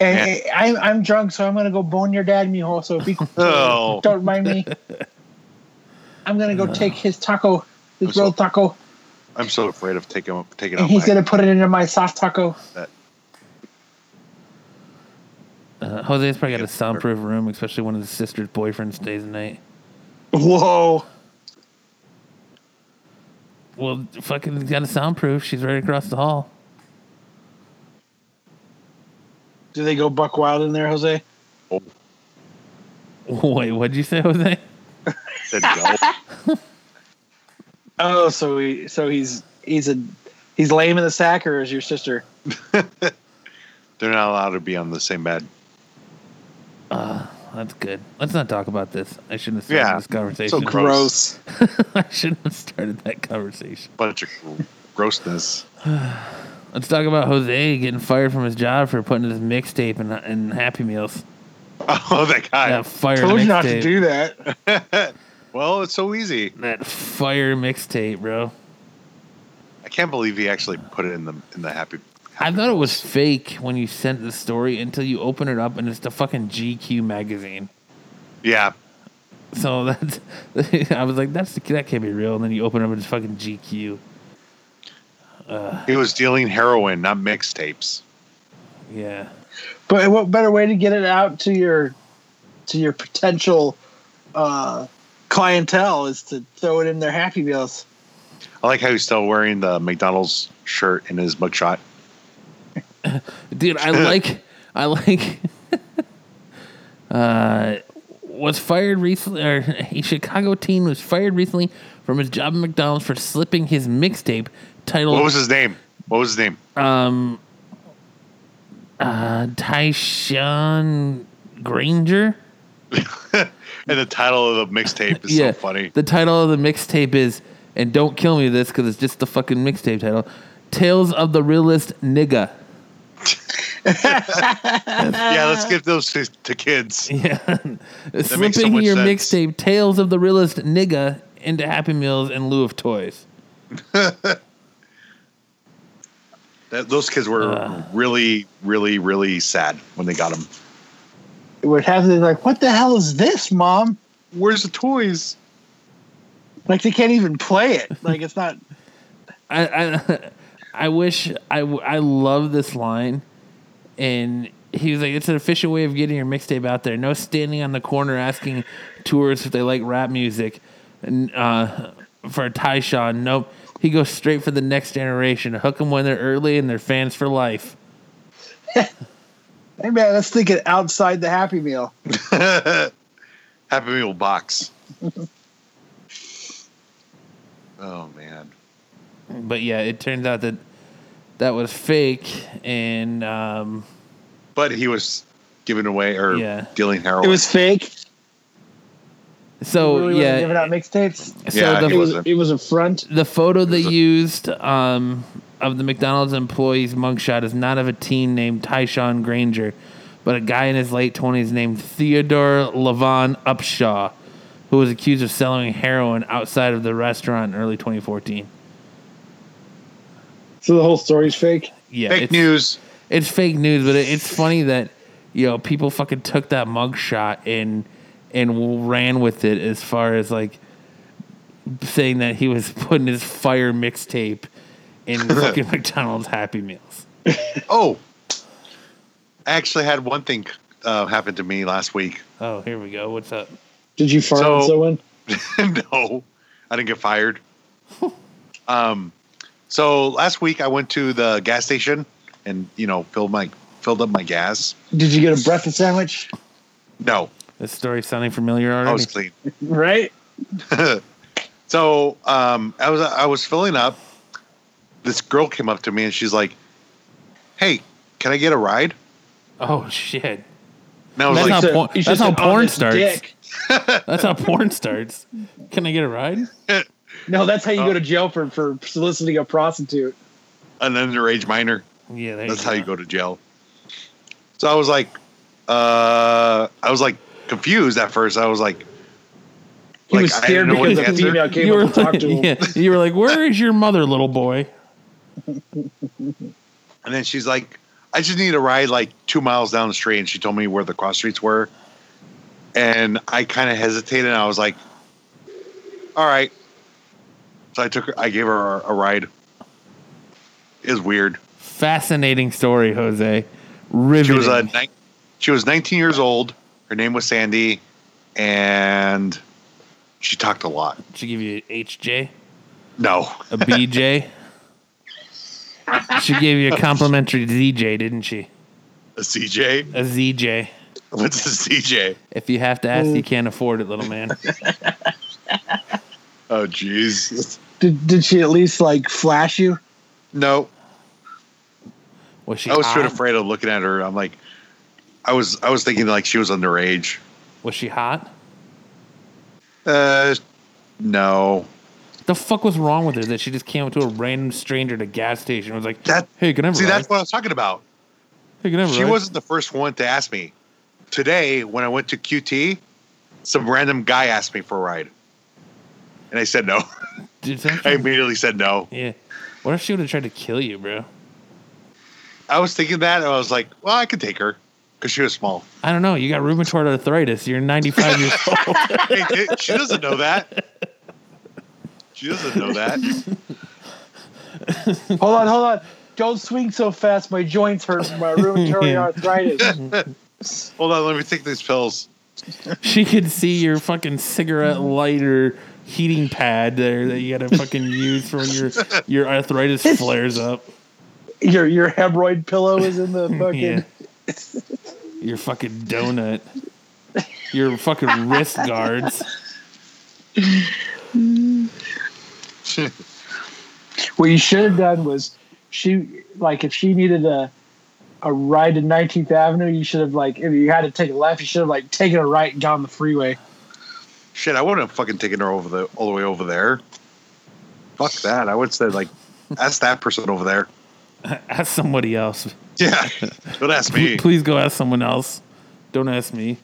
[SPEAKER 2] And eh, I'm I'm drunk, so I'm gonna go bone your dad, mijo. So be
[SPEAKER 3] Oh.
[SPEAKER 2] don't mind me. I'm gonna go take his taco, his
[SPEAKER 3] I'm so-
[SPEAKER 2] roll taco,
[SPEAKER 3] I'm so afraid of taking 'em- taking
[SPEAKER 2] and
[SPEAKER 3] out
[SPEAKER 2] he's
[SPEAKER 3] Oh my
[SPEAKER 2] gonna put it into my soft taco.
[SPEAKER 1] Uh, Jose's probably got a
[SPEAKER 3] Yes, sir.
[SPEAKER 1] soundproof room, especially when his sister's boyfriend stays the night.
[SPEAKER 2] Whoa!
[SPEAKER 1] Well, fucking he's got a soundproof. She's right across the hall.
[SPEAKER 2] Do they go buck wild in there, Jose?
[SPEAKER 1] Wait, what'd you say, Jose?
[SPEAKER 3] said go.
[SPEAKER 2] Oh, so he so he's he's a he's lame in the sack, or is your sister?
[SPEAKER 3] They're not allowed to be on the same bed.
[SPEAKER 1] That's good. Let's not talk about this. I shouldn't have started
[SPEAKER 3] Yeah.
[SPEAKER 1] this conversation.
[SPEAKER 3] So gross.
[SPEAKER 1] I shouldn't have started that conversation.
[SPEAKER 3] Bunch of grossness.
[SPEAKER 1] Let's talk about Jose getting fired from his job for putting his mixtape in, in Happy Meals.
[SPEAKER 3] Oh, that guy.
[SPEAKER 1] That fire
[SPEAKER 2] Told you not to
[SPEAKER 1] mixtape.
[SPEAKER 2] do that.
[SPEAKER 3] Well, it's so easy.
[SPEAKER 1] That fire mixtape, bro.
[SPEAKER 3] I can't believe he actually put it in the in the happy.
[SPEAKER 1] I thought it was fake when you sent the story until you open it up and it's the fucking GQ magazine.
[SPEAKER 3] Yeah,
[SPEAKER 1] So that's, I was like, that's that can't be real. And then you open it up and it's fucking GQ.
[SPEAKER 3] he was dealing heroin, not mixtapes.
[SPEAKER 1] Yeah.
[SPEAKER 2] But what better way to get it out to your to your potential uh, clientele is to throw it in their Happy Meals.
[SPEAKER 3] I like how he's still wearing the McDonald's shirt in his mugshot.
[SPEAKER 1] dude i like i like uh was fired recently or a chicago teen was fired recently from his job at mcdonald's for slipping his mixtape titled
[SPEAKER 3] What was his name? What was his name?
[SPEAKER 1] um uh Tyshawn granger
[SPEAKER 3] And the title of the mixtape is so funny.
[SPEAKER 1] the title of the mixtape is and don't kill me with this because it's just the fucking mixtape title tales of the realist nigga
[SPEAKER 3] yeah, let's give those to, to kids.
[SPEAKER 1] Yeah.
[SPEAKER 3] makes so
[SPEAKER 1] Slipping
[SPEAKER 3] much
[SPEAKER 1] your
[SPEAKER 3] sense.
[SPEAKER 1] mixtape, Tales of the Realist Nigga, into Happy Meals in lieu of toys.
[SPEAKER 3] That, those kids were really, really, really sad when they got him.
[SPEAKER 2] It would have them like, "What the hell is this, mom?"
[SPEAKER 3] Where's the toys?
[SPEAKER 2] Like they can't even play it. Like it's not.
[SPEAKER 1] I, I, I wish, I, w- I love this line. And he was like, it's an official way of getting your mixtape out there. No standing on the corner asking tourists if they like rap music and, uh, for Tyshawn. Nope. He goes straight for the next generation. Hook them when they're early and they're fans for life.
[SPEAKER 2] Hey man, let's think it outside the Happy Meal.
[SPEAKER 3] Happy Meal box. oh man.
[SPEAKER 1] But yeah, it turns out that that was fake, and um,
[SPEAKER 3] But he was giving away or
[SPEAKER 1] Yeah.
[SPEAKER 3] dealing heroin.
[SPEAKER 2] It was fake.
[SPEAKER 1] so
[SPEAKER 2] really wasn't giving
[SPEAKER 1] yeah.
[SPEAKER 2] out mixtapes.
[SPEAKER 1] So
[SPEAKER 3] Yeah,
[SPEAKER 1] the,
[SPEAKER 3] he
[SPEAKER 2] It was
[SPEAKER 3] wasn't.
[SPEAKER 2] it was a front.
[SPEAKER 1] the photo they used um, of the McDonald's employee's mugshot is not of a teen named Tyshawn Granger, but a guy in his late twenties named Theodore Levon Upshaw, who was accused of selling heroin outside of the restaurant in early 2014.
[SPEAKER 2] So the whole story's fake.
[SPEAKER 1] Yeah,
[SPEAKER 3] Fake
[SPEAKER 1] it's-
[SPEAKER 3] news.
[SPEAKER 1] it's fake news, but it, it's funny that you know people fucking took that mugshot and and ran with it as far as like saying that he was putting his fire mixtape in fucking McDonald's Happy Meals.
[SPEAKER 3] Oh, I actually had one thing uh, happen to me last week.
[SPEAKER 1] Oh, here we go. What's up?
[SPEAKER 2] Did you fart
[SPEAKER 3] So-
[SPEAKER 2] on someone?
[SPEAKER 3] no, I didn't get fired. um, so last week I went to the gas station and you know filled my filled up my gas.
[SPEAKER 2] Did you get a breakfast sandwich?
[SPEAKER 3] No,
[SPEAKER 1] This story sounding familiar already.
[SPEAKER 3] I was clean.
[SPEAKER 2] Right?
[SPEAKER 3] So um, I was I was filling up. This girl came up to me and she's like, "Hey, can I get a ride?"
[SPEAKER 1] oh shit!
[SPEAKER 3] And I was
[SPEAKER 1] That's
[SPEAKER 3] like,
[SPEAKER 1] not porn-
[SPEAKER 2] you
[SPEAKER 1] that's
[SPEAKER 2] should
[SPEAKER 1] how
[SPEAKER 2] say,
[SPEAKER 1] porn
[SPEAKER 2] "Oh, this
[SPEAKER 1] starts."
[SPEAKER 2] dick."
[SPEAKER 1] That's how porn starts. Can I get a ride?
[SPEAKER 2] No, that's how you
[SPEAKER 3] Oh.
[SPEAKER 2] go to jail for, for soliciting a prostitute.
[SPEAKER 3] "An underage minor."
[SPEAKER 1] Yeah, there
[SPEAKER 3] That's how you go to jail. So I was like, uh, I was like confused at first. I was like,
[SPEAKER 2] He
[SPEAKER 3] Like,
[SPEAKER 2] was
[SPEAKER 3] I didn't
[SPEAKER 2] scared
[SPEAKER 3] know what
[SPEAKER 2] because
[SPEAKER 3] to
[SPEAKER 2] the
[SPEAKER 3] answer.
[SPEAKER 2] female came
[SPEAKER 1] You were,
[SPEAKER 2] up and talked
[SPEAKER 1] like,
[SPEAKER 2] to him.
[SPEAKER 1] yeah, you were like, "Where is your mother, little boy?"
[SPEAKER 3] and then she's like, I just need a ride like two miles down the street. And she told me where the cross streets were. And I kind of hesitated. And I was like, all right. So I took her, I gave her a, a ride. It was weird.
[SPEAKER 1] Fascinating story, Jose.
[SPEAKER 3] She
[SPEAKER 1] Riveting.
[SPEAKER 3] was uh, a nine she was 19 years old. Her name was Sandy. And she talked a lot.
[SPEAKER 1] Did she give you a HJ,
[SPEAKER 3] No.
[SPEAKER 1] a BJ? she gave you a complimentary ZJ, didn't she?
[SPEAKER 3] A CJ?
[SPEAKER 1] A ZJ.
[SPEAKER 3] What's a CJ?
[SPEAKER 1] If you have to ask, you can't afford it, little man.
[SPEAKER 3] Oh, jeez.
[SPEAKER 2] Did, did she at least like flash you?
[SPEAKER 3] No,
[SPEAKER 1] Was she?
[SPEAKER 3] I was too
[SPEAKER 1] hot?
[SPEAKER 3] afraid of looking at her. I'm like, I was, I was thinking like she was underage.
[SPEAKER 1] Was she hot?
[SPEAKER 3] Uh, no.
[SPEAKER 1] The fuck was wrong with her that she just came up to a random stranger at a gas station and was like,
[SPEAKER 3] That-
[SPEAKER 1] "Hey, can I have a
[SPEAKER 3] See,
[SPEAKER 1] ride?
[SPEAKER 3] that's what I was talking about.
[SPEAKER 1] Hey, can I have a
[SPEAKER 3] She
[SPEAKER 1] ride?"
[SPEAKER 3] wasn't the first one to ask me. Today, when I went to QT, some random guy asked me for a ride, and I said no.
[SPEAKER 1] Dude, something-
[SPEAKER 3] I immediately said no.
[SPEAKER 1] yeah. What if she would have tried to kill you, bro?
[SPEAKER 3] I was thinking that, and I was like, well, I could take her because she was small.
[SPEAKER 1] I don't know. You got rheumatoid arthritis. You're 95 years old.
[SPEAKER 3] Hey, di- she doesn't know that. She doesn't know that.
[SPEAKER 2] Hold on, hold on. Don't swing so fast. My joints hurt from my rheumatoid arthritis.
[SPEAKER 3] Hold on, let me take these pills.
[SPEAKER 1] She could see your fucking cigarette
[SPEAKER 2] Mm-hmm.
[SPEAKER 1] lighter heating pad there that you got to fucking use for when your your arthritis flares up.
[SPEAKER 2] Your your hemorrhoid pillow is in the fucking.
[SPEAKER 1] Yeah. Your fucking donut. Your fucking wrist guards.
[SPEAKER 2] What you should have done was she like if she needed a a ride to 19th Avenue, you should have like if you had to take a left, you should have like taken a right down the freeway.
[SPEAKER 3] Shit, I wouldn't have fucking taken her over the all the way over there. Fuck that. I would say like, ask that person over there.
[SPEAKER 1] Ask somebody else.
[SPEAKER 3] Yeah, don't ask me.
[SPEAKER 1] Pl- Please go ask someone else. Don't ask me.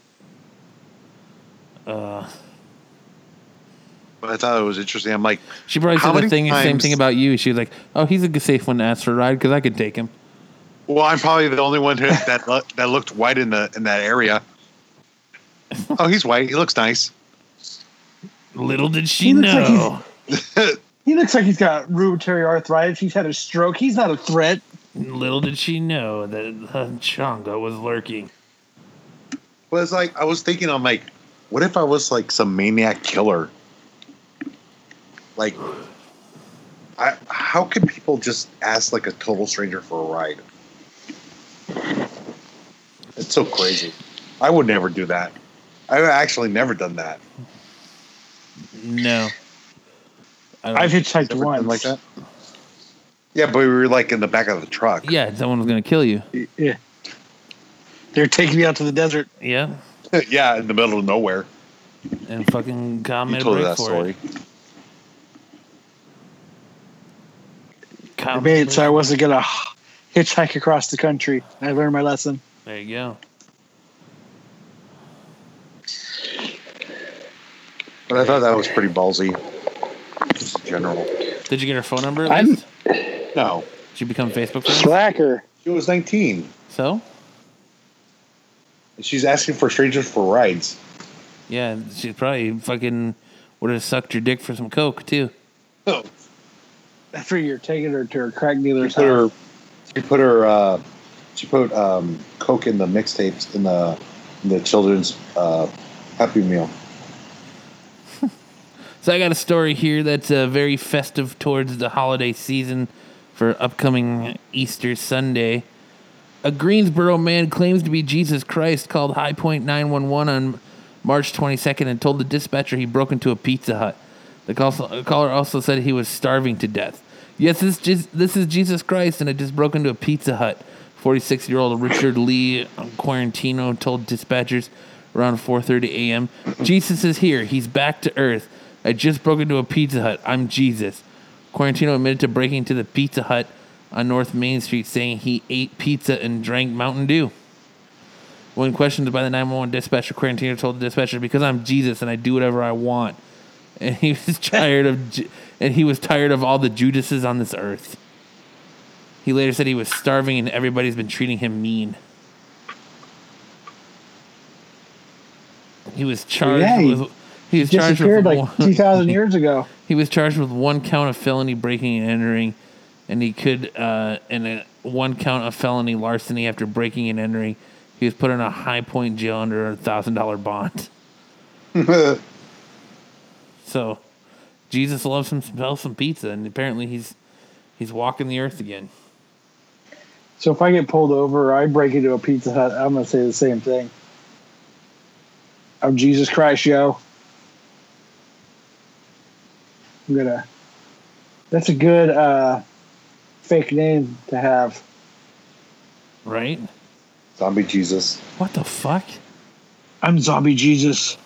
[SPEAKER 3] But I thought it was interesting. I'm like,
[SPEAKER 1] She probably
[SPEAKER 3] How
[SPEAKER 1] said the
[SPEAKER 3] many
[SPEAKER 1] thing, same
[SPEAKER 3] times-
[SPEAKER 1] thing about you. She was like, "Oh, he's a g- safe one to ask for a ride because I could take him."
[SPEAKER 3] well, I'm probably the only one who, that lo- that looked white in the in that area. Oh, he's white. He looks nice.
[SPEAKER 1] Little did she
[SPEAKER 2] looks like he's-
[SPEAKER 1] know.
[SPEAKER 2] He looks like he's got rheumatoid arthritis. He's had a stroke. He's not a threat.
[SPEAKER 1] Little did she know that uh, Chonga was lurking.
[SPEAKER 3] But it's like I was thinking, I'm like, what if I was like some maniac killer? Like, I, how can people just ask like a total stranger for a ride? It's so crazy. I would never do that. I've actually never done that.
[SPEAKER 1] No. I don't-
[SPEAKER 2] I've hitchhiked
[SPEAKER 3] Oh, Never
[SPEAKER 2] once.
[SPEAKER 3] done like that. Yeah, but we were like in the back of the truck.
[SPEAKER 1] yeah, someone was gonna kill you.
[SPEAKER 2] Yeah. They're taking me out to the desert.
[SPEAKER 1] Yeah,
[SPEAKER 3] yeah, in the middle of nowhere.
[SPEAKER 1] and fucking
[SPEAKER 3] You
[SPEAKER 1] comment
[SPEAKER 3] told her
[SPEAKER 1] break
[SPEAKER 3] that
[SPEAKER 1] for
[SPEAKER 3] story.
[SPEAKER 1] it.
[SPEAKER 2] I
[SPEAKER 1] Comment
[SPEAKER 2] made it so I
[SPEAKER 1] break.
[SPEAKER 2] wasn't gonna hitchhike across the country. I learned my lesson.
[SPEAKER 1] There you go.
[SPEAKER 3] But I thought that was pretty ballsy. Just in general.
[SPEAKER 1] Did you get her phone number? At
[SPEAKER 2] I'm-
[SPEAKER 1] least?
[SPEAKER 3] No.
[SPEAKER 1] Did you become Facebook friends?
[SPEAKER 2] Slacker.
[SPEAKER 3] She was 19.
[SPEAKER 1] So
[SPEAKER 3] And she's asking for strangers for rides.
[SPEAKER 1] yeah, she probably fucking would have sucked your dick for some coke too.
[SPEAKER 2] Oh.
[SPEAKER 3] No.
[SPEAKER 2] That's where you're taking her to her crack dealer's
[SPEAKER 3] Put her,
[SPEAKER 2] house.
[SPEAKER 3] she put her, uh, she put um, Coke in the mixtapes in the in the children's uh, Happy Meal.
[SPEAKER 1] So I got a story here that's uh, very festive towards the holiday season for upcoming Easter Sunday. A Greensboro man claims to be Jesus Christ called High Point 911 on March 22nd and told the dispatcher he broke into a Pizza Hut. The call- the caller also said he was starving to death. Yes, this, is- this is Jesus Christ, and I just broke into a Pizza Hut. 46 year old Richard Lee Quarantino told dispatchers around 4:30 a.m. Jesus is here. He's back to earth. I just broke into a Pizza Hut. I'm Jesus. Quarantino admitted to breaking into the Pizza Hut on North Main Street, saying he ate pizza and drank Mountain Dew. When questioned by the 911 dispatcher, Quarantino told the dispatcher, "Because I'm Jesus and I do whatever I want." And he was tired of, Ju- and he was tired of all the Judases on this earth. He later said he was starving and everybody's been treating him mean. He was charged
[SPEAKER 2] Yeah, he
[SPEAKER 1] with. He was charged
[SPEAKER 2] Disappeared
[SPEAKER 1] with
[SPEAKER 2] like
[SPEAKER 1] one-
[SPEAKER 2] 2,000 years ago.
[SPEAKER 1] he was charged with one count of felony breaking and entering, and he could uh, and uh one count of felony larceny after breaking and entering. He was put in a high point jail under a thousand dollar bond. so, Jesus loves himself some pizza, and apparently he's he's walking the earth again.
[SPEAKER 2] So if I get pulled over or I break into a Pizza Hut, I'm going to say the same thing. I'm Jesus Christ, yo. I'm going to. That's a good uh, fake name to have.
[SPEAKER 1] Right?
[SPEAKER 3] Zombie Jesus.
[SPEAKER 1] What the fuck?
[SPEAKER 2] I'm Zombie Jesus.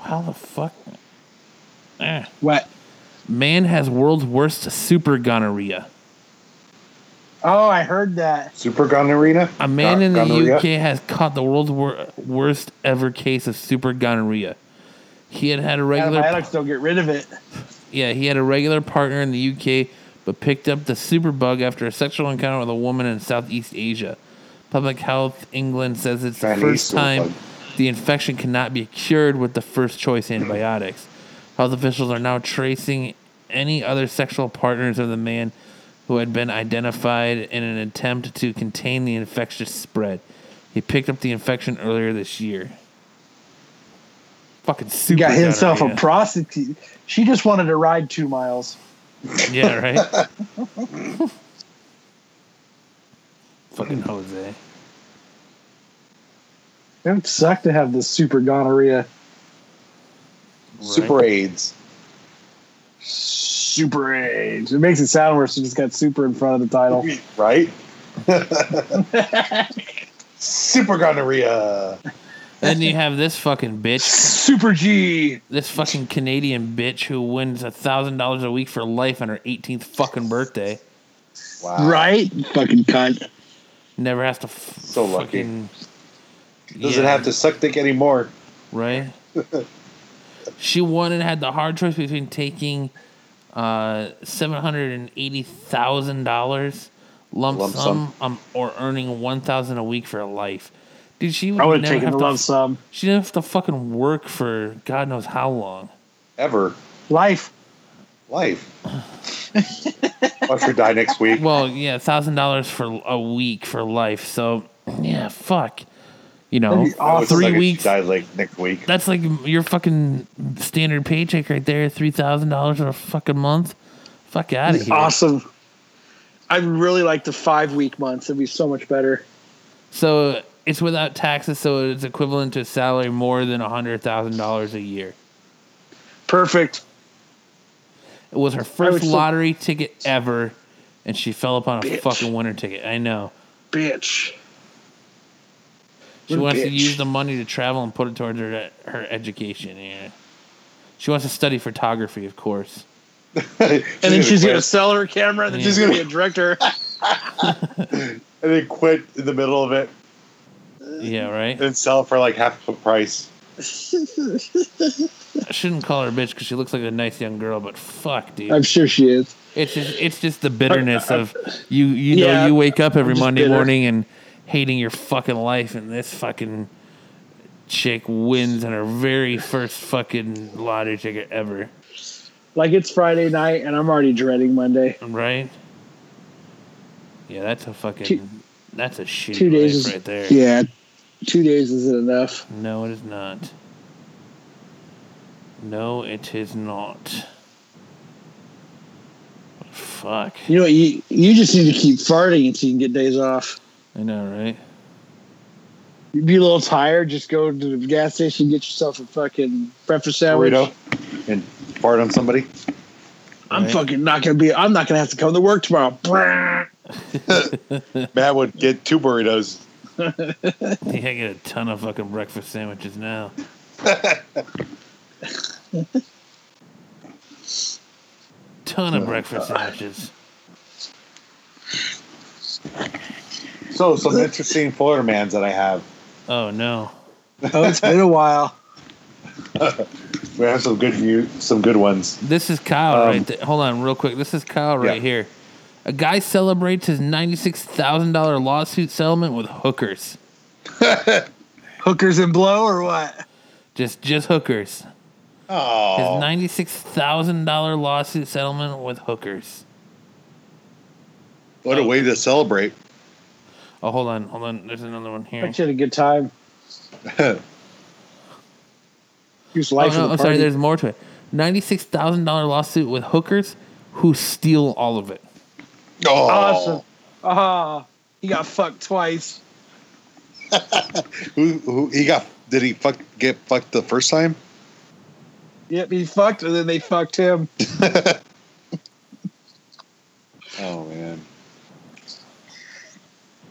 [SPEAKER 1] How the fuck? Eh.
[SPEAKER 2] What?
[SPEAKER 1] Man has world's worst super gonorrhea.
[SPEAKER 2] Oh, I heard that.
[SPEAKER 3] Super Gun Arena?
[SPEAKER 1] A man in the
[SPEAKER 3] Gonorrhea?
[SPEAKER 1] UK has caught the world's wor- worst ever case of super gonorrhea. He had had a regular
[SPEAKER 2] Antibiotics don't get rid of it.
[SPEAKER 1] yeah, he had a regular partner in the UK, but picked up the superbug after a sexual encounter with a woman in Southeast Asia. Public Health England says it's the
[SPEAKER 3] Chinese
[SPEAKER 1] first time
[SPEAKER 3] superbug.
[SPEAKER 1] the infection cannot be cured with the first choice antibiotics. Health officials are now tracing any other sexual partners of the man who had been identified in an attempt to contain the infectious spread. He picked up the infection earlier this year. Fucking super.
[SPEAKER 2] He got himself
[SPEAKER 1] gonorrhea.
[SPEAKER 2] a prostitute. She just wanted to ride two miles.
[SPEAKER 1] Yeah, right. Fucking Jose.
[SPEAKER 2] It would suck to have this super gonorrhea.
[SPEAKER 3] Super AIDS.
[SPEAKER 2] Super AIDS. It makes it sound worse. It just got super in front of the title.
[SPEAKER 3] Right? Super gonorrhea.
[SPEAKER 1] Then you have this fucking bitch,
[SPEAKER 2] Super G.
[SPEAKER 1] this fucking Canadian bitch who wins a thousand dollars a week for life on her 18th fucking birthday.
[SPEAKER 3] Wow.
[SPEAKER 2] Right? Fucking cunt.
[SPEAKER 1] Never has to. F-
[SPEAKER 3] So lucky.
[SPEAKER 1] fucking-
[SPEAKER 3] Doesn't
[SPEAKER 1] Yeah,
[SPEAKER 3] have to suck dick anymore.
[SPEAKER 1] Right. she won and had the hard choice between taking uh, seven hundred and eighty thousand dollars lump,
[SPEAKER 3] Lump
[SPEAKER 1] sum, um, or earning one thousand a week for life. Dude, she would
[SPEAKER 2] I would have
[SPEAKER 1] never
[SPEAKER 2] taken
[SPEAKER 1] have
[SPEAKER 2] the
[SPEAKER 1] to
[SPEAKER 2] love sum.
[SPEAKER 1] She didn't have to fucking work for God knows how long.
[SPEAKER 3] Ever.
[SPEAKER 2] Life.
[SPEAKER 3] Life. Watch her die next week.
[SPEAKER 1] Well, yeah, thousand dollars for a week for life. So yeah, fuck. You know,
[SPEAKER 2] That'd be awesome.
[SPEAKER 1] three
[SPEAKER 3] Like if she
[SPEAKER 1] weeks.
[SPEAKER 3] died like next week.
[SPEAKER 1] That's like your fucking standard paycheck right there. Three thousand dollars a fucking month. Fuck out of here.
[SPEAKER 2] Awesome. I really like the five week months. It'd be so much better.
[SPEAKER 1] So it's without taxes, so it's equivalent to a salary more than hundred thousand dollars a year.
[SPEAKER 2] Perfect.
[SPEAKER 1] It was her
[SPEAKER 2] would
[SPEAKER 1] first
[SPEAKER 2] still-
[SPEAKER 1] lottery ticket ever, and she fell upon a
[SPEAKER 2] Bitch.
[SPEAKER 1] fucking winner ticket. I know.
[SPEAKER 2] Bitch.
[SPEAKER 1] She
[SPEAKER 2] What a
[SPEAKER 1] wants to
[SPEAKER 2] bitch.
[SPEAKER 1] use the money to travel and put it towards her her education. Yeah. She wants to study photography, of course.
[SPEAKER 3] and
[SPEAKER 2] And then she's going to sell her camera and then
[SPEAKER 1] Yeah.
[SPEAKER 2] she's going to be a director.
[SPEAKER 3] and then quit in the middle of it
[SPEAKER 1] Yeah, right.
[SPEAKER 3] and sell for like half the price.
[SPEAKER 1] I shouldn't call her a bitch because she looks like a nice young girl, but fuck, dude.
[SPEAKER 2] I'm sure she is.
[SPEAKER 1] It's just it's just the bitterness of you you know
[SPEAKER 2] Yeah,
[SPEAKER 1] you wake up every
[SPEAKER 2] just
[SPEAKER 1] Monday
[SPEAKER 2] bitter.
[SPEAKER 1] morning and hating your fucking life and this fucking chick wins in her very first fucking lottery ticket ever.
[SPEAKER 2] Like it's Friday night and I'm already dreading Monday.
[SPEAKER 1] Right? Yeah, that's a fucking
[SPEAKER 2] Two-
[SPEAKER 1] that's a shitty
[SPEAKER 2] two
[SPEAKER 1] life
[SPEAKER 2] days is
[SPEAKER 1] right there.
[SPEAKER 2] Yeah, two days isn't enough.
[SPEAKER 1] No, it is not. No, it is not. Fuck.
[SPEAKER 2] You know, you you just need to keep farting until you can get days off.
[SPEAKER 1] I know, right?
[SPEAKER 2] You'd be a little tired, just go to the gas station, get yourself a fucking breakfast sandwich.
[SPEAKER 3] Burrito and fart on somebody.
[SPEAKER 2] I'm
[SPEAKER 1] Right.
[SPEAKER 2] fucking not gonna be. I'm not gonna have to come to work tomorrow. Brrrr.
[SPEAKER 3] Matt would get two burritos.
[SPEAKER 1] Yeah, I get a ton of fucking breakfast sandwiches now. ton
[SPEAKER 3] Oh,
[SPEAKER 1] of breakfast sandwiches.
[SPEAKER 3] So some interesting Florida mans that I have.
[SPEAKER 1] Oh no.
[SPEAKER 2] Oh, it's been a while.
[SPEAKER 3] We have some good view, some good ones.
[SPEAKER 1] This is Kyle
[SPEAKER 3] Um,
[SPEAKER 1] right there. Hold on, real quick. This is Kyle right
[SPEAKER 3] Yeah.
[SPEAKER 1] here. A guy celebrates his ninety-six thousand dollar lawsuit settlement with hookers.
[SPEAKER 2] Hookers and blow or what?
[SPEAKER 1] Just, just hookers. His
[SPEAKER 3] Oh,
[SPEAKER 1] ninety-six thousand dollar lawsuit settlement with hookers.
[SPEAKER 3] what a way to celebrate!
[SPEAKER 1] Oh, hold on, hold on. There's another one here.
[SPEAKER 2] Bet you had a good time. Here's
[SPEAKER 1] Oh
[SPEAKER 2] life
[SPEAKER 1] no,
[SPEAKER 2] of the
[SPEAKER 1] I'm
[SPEAKER 2] party.
[SPEAKER 1] sorry. There's more to it. Ninety-six thousand dollar lawsuit with hookers who steal all of it.
[SPEAKER 3] oh,
[SPEAKER 2] awesome. Ah, he got fucked twice.
[SPEAKER 3] Who, who he got? Did he fuck get fucked the first time?
[SPEAKER 2] Yep, he fucked, and then they fucked him.
[SPEAKER 3] Oh man,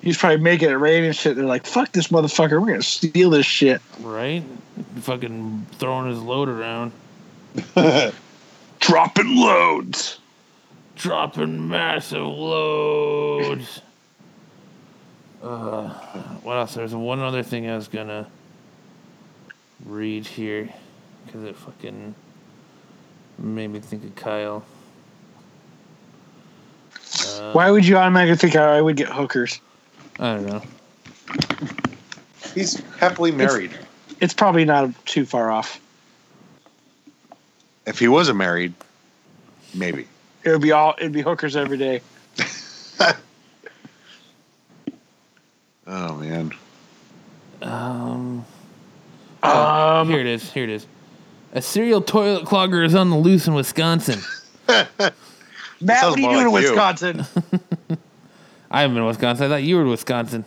[SPEAKER 2] He's probably making it rain and shit. They're like, "Fuck this motherfucker! We're gonna steal this shit."
[SPEAKER 1] Right? Fucking throwing his load around,
[SPEAKER 2] Dropping loads.
[SPEAKER 1] dropping massive loads. uh, what else? There's one other thing I was gonna read here because it fucking made me think of Kyle. Uh,
[SPEAKER 2] Why would you automatically think I would get hookers?
[SPEAKER 1] I don't know.
[SPEAKER 3] he's happily married.
[SPEAKER 2] It's probably not too far off.
[SPEAKER 3] if he wasn't married, maybe.
[SPEAKER 2] It would be all. It'd be hookers every day.
[SPEAKER 3] Oh man,
[SPEAKER 1] Um.
[SPEAKER 2] Um,
[SPEAKER 1] Here it is. Here it is. A serial toilet clogger is on the loose in Wisconsin.
[SPEAKER 2] Matt,
[SPEAKER 3] sounds
[SPEAKER 2] what are you
[SPEAKER 3] more
[SPEAKER 2] doing
[SPEAKER 3] like
[SPEAKER 2] in
[SPEAKER 3] you.
[SPEAKER 2] Wisconsin?
[SPEAKER 1] I haven't been to Wisconsin. I thought you were in Wisconsin.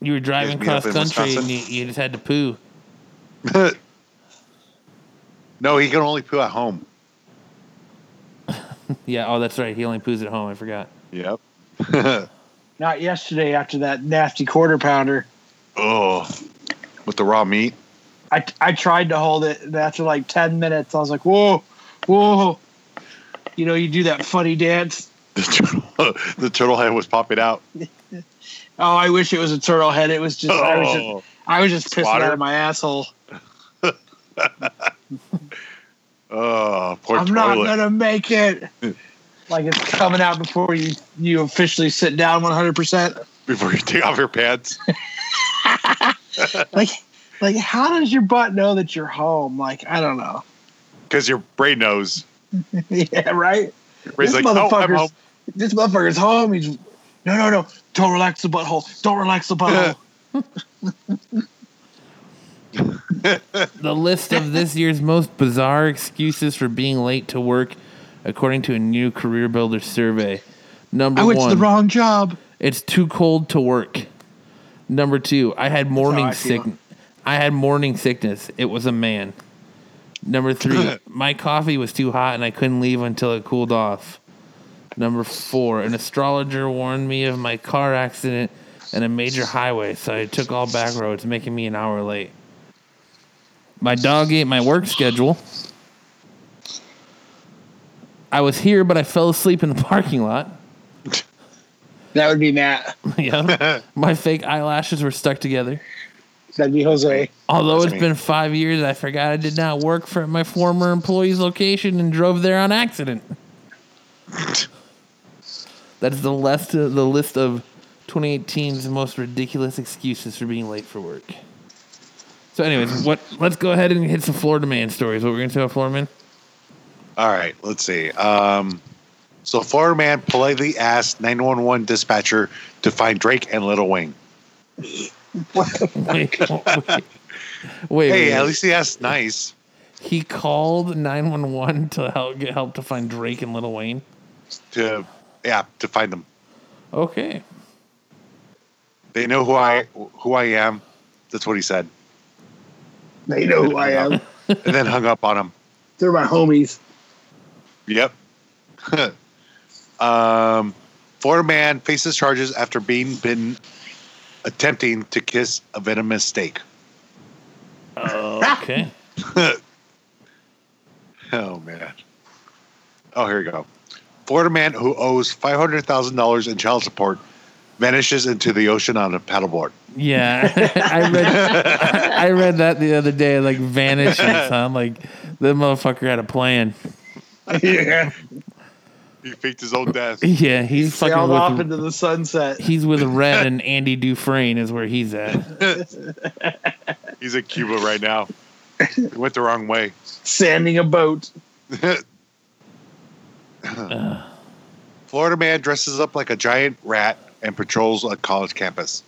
[SPEAKER 1] you were driving
[SPEAKER 3] meet up
[SPEAKER 1] cross
[SPEAKER 3] in
[SPEAKER 1] country and
[SPEAKER 3] Wisconsin?
[SPEAKER 1] you, you just had to poo.
[SPEAKER 3] no, he can only poo at home.
[SPEAKER 1] Yeah. Oh, that's right. He only poos at home. I forgot.
[SPEAKER 3] Yep.
[SPEAKER 2] Not yesterday after that nasty quarter pounder.
[SPEAKER 3] oh, with the raw meat.
[SPEAKER 2] I, I tried to hold it, and after like 10 minutes, I was like, whoa, whoa. You know, you do that funny dance.
[SPEAKER 3] The turtle, the turtle head was popping out.
[SPEAKER 2] Oh, I wish it was a turtle head. It was just, I was just,
[SPEAKER 3] Oh,
[SPEAKER 2] I was just pissing
[SPEAKER 3] Swatter?
[SPEAKER 2] out of my asshole.
[SPEAKER 3] oh poor
[SPEAKER 2] I'm not
[SPEAKER 3] toilet.
[SPEAKER 2] going to make it. like it's coming out before you, you officially sit down 100%.
[SPEAKER 3] Before you take off your pants.
[SPEAKER 2] Like, like how does your butt know that you're home? Like, I don't know.
[SPEAKER 3] Because your brain knows.
[SPEAKER 2] yeah, right?
[SPEAKER 3] Your brain's
[SPEAKER 2] this
[SPEAKER 3] like, oh, I'm
[SPEAKER 2] motherfucker's
[SPEAKER 3] home.
[SPEAKER 2] this motherfucker's home. He's no, no, no. Don't relax the butthole. Don't relax the butthole.
[SPEAKER 1] The list of this year's most bizarre excuses for being late to work, according to a new Career Builder survey. Number
[SPEAKER 2] I went
[SPEAKER 1] one.
[SPEAKER 2] to the wrong job.
[SPEAKER 1] It's too cold to work. Number two, I had morning
[SPEAKER 2] I feel.
[SPEAKER 1] sick. I had morning sickness. It was a man. Number three, my coffee was too hot and I couldn't leave until it cooled off. Number four, an astrologer warned me of my car accident and a major highway, so I took all back roads, making me an hour late. My dog ate my work schedule. I was here, but I fell asleep in the parking lot.
[SPEAKER 2] That would be Matt.
[SPEAKER 1] yeah. My fake eyelashes were stuck together.
[SPEAKER 2] That'd be Jose.
[SPEAKER 1] Although
[SPEAKER 3] That's
[SPEAKER 1] it's
[SPEAKER 3] me.
[SPEAKER 1] been five years, I forgot I did not work for my former employee's location and drove there on accident. That's the list of, the list of 2018's most ridiculous excuses for being late for work. So, anyways, what? Let's go ahead and hit some Florida man stories. What we're gonna tell Florida man?
[SPEAKER 3] All right, let's see. Um, so, Florida man politely asked 911 dispatcher to find Drake and Little Wayne.
[SPEAKER 1] Wait, wait, wait,
[SPEAKER 3] Oh Hey,
[SPEAKER 1] wait.
[SPEAKER 3] at least he asked nice.
[SPEAKER 1] he called 911 to help get help to find Drake and Little Wayne.
[SPEAKER 3] to yeah to find them.
[SPEAKER 1] Okay,
[SPEAKER 3] They know who I who I am. That's what he said,
[SPEAKER 2] They know who I am.
[SPEAKER 3] and then hung up on him.
[SPEAKER 2] They're my homies.
[SPEAKER 3] Yep. um, Florida man faces charges after being bitten attempting to kiss a venomous snake.
[SPEAKER 1] okay.
[SPEAKER 3] Oh man. Oh, here we go. Florida man who owes five hundred thousand dollars in child support vanishes into the ocean on a paddleboard.
[SPEAKER 1] Yeah, I read I read that the other day. Like vanishes, huh? Like the motherfucker had a plan.
[SPEAKER 2] yeah.
[SPEAKER 3] He faked his own death.
[SPEAKER 1] Yeah, he's
[SPEAKER 2] Sailed
[SPEAKER 1] fucking
[SPEAKER 2] off
[SPEAKER 1] with,
[SPEAKER 2] into the sunset.
[SPEAKER 1] he's with Red and Andy Dufresne is where he's at.
[SPEAKER 3] He's in Cuba right now. He went the wrong way.
[SPEAKER 2] Sanding a boat.
[SPEAKER 3] Florida man dresses up like a giant rat and patrols a college campus.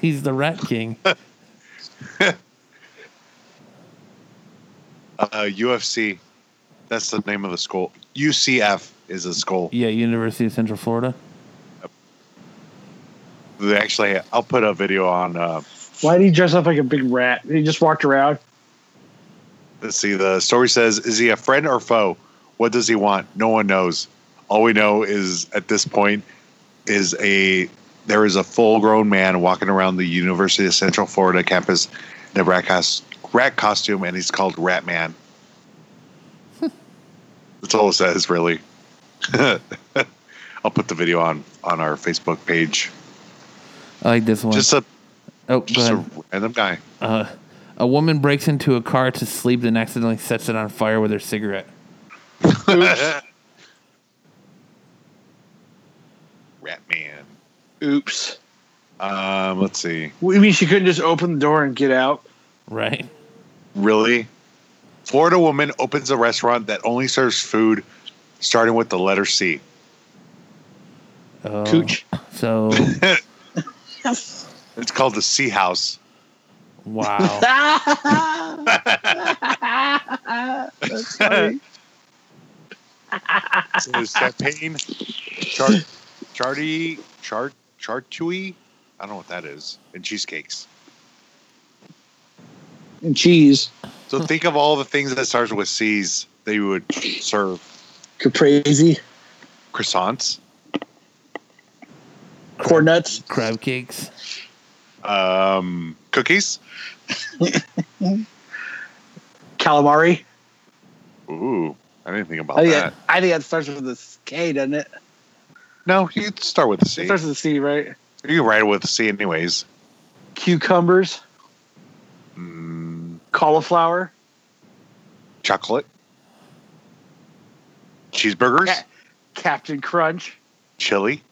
[SPEAKER 1] he's the Rat King.
[SPEAKER 3] Uh, UFC, that's the name of the school. UCF is a school.
[SPEAKER 1] Yeah, University of Central Florida.
[SPEAKER 3] They Actually, I'll put a video on uh,
[SPEAKER 2] Why did he dress up like a big rat? He just walked around.
[SPEAKER 3] Let's see. The story says, is he a friend or foe? What does he want? No one knows. All we know is at this point is a there is a full grown man walking around the University of Central Florida campus in a rat, cos- rat costume, and he's called Rat Man. That's all it says, really. I'll put the video on on our Facebook page.
[SPEAKER 1] I like this one.
[SPEAKER 3] Just a
[SPEAKER 1] oh, go
[SPEAKER 3] just a
[SPEAKER 1] ahead.
[SPEAKER 3] random guy.
[SPEAKER 1] Uh, a woman breaks into a car to sleep and accidentally sets it on fire with her cigarette.
[SPEAKER 2] Oops.
[SPEAKER 3] Rat Man.
[SPEAKER 2] Oops.
[SPEAKER 3] Um, let's see.
[SPEAKER 2] We mean she couldn't just open the door and get out.
[SPEAKER 1] Right?
[SPEAKER 3] Really? Florida woman opens a restaurant that only serves food starting with the letter C.
[SPEAKER 1] Oh,
[SPEAKER 2] Cooch.
[SPEAKER 1] So
[SPEAKER 3] It's called the C House.
[SPEAKER 1] wow.
[SPEAKER 2] That's funny.
[SPEAKER 3] So there's champagne, chart, charty, chart, chartui. I don't know what that is. And cheesecakes.
[SPEAKER 2] and cheese.
[SPEAKER 3] So
[SPEAKER 2] Hmm.
[SPEAKER 3] think of all the things that starts with C's that you would serve.
[SPEAKER 2] Caprese.
[SPEAKER 3] Croissants,
[SPEAKER 2] Corn nuts.
[SPEAKER 1] Crab cakes.
[SPEAKER 3] um, cookies.
[SPEAKER 2] Calamari.
[SPEAKER 3] Ooh, I didn't think about
[SPEAKER 2] I think,
[SPEAKER 3] that.
[SPEAKER 2] that, I think that starts with a K, doesn't it?
[SPEAKER 3] No, you start with the
[SPEAKER 2] It
[SPEAKER 3] C.
[SPEAKER 2] starts with a C, right?
[SPEAKER 3] You can write it with a C anyways.
[SPEAKER 2] Cucumbers.
[SPEAKER 3] Mm,
[SPEAKER 2] Cauliflower.
[SPEAKER 3] chocolate, cheeseburgers,
[SPEAKER 2] Yeah. Captain Crunch.
[SPEAKER 3] chili,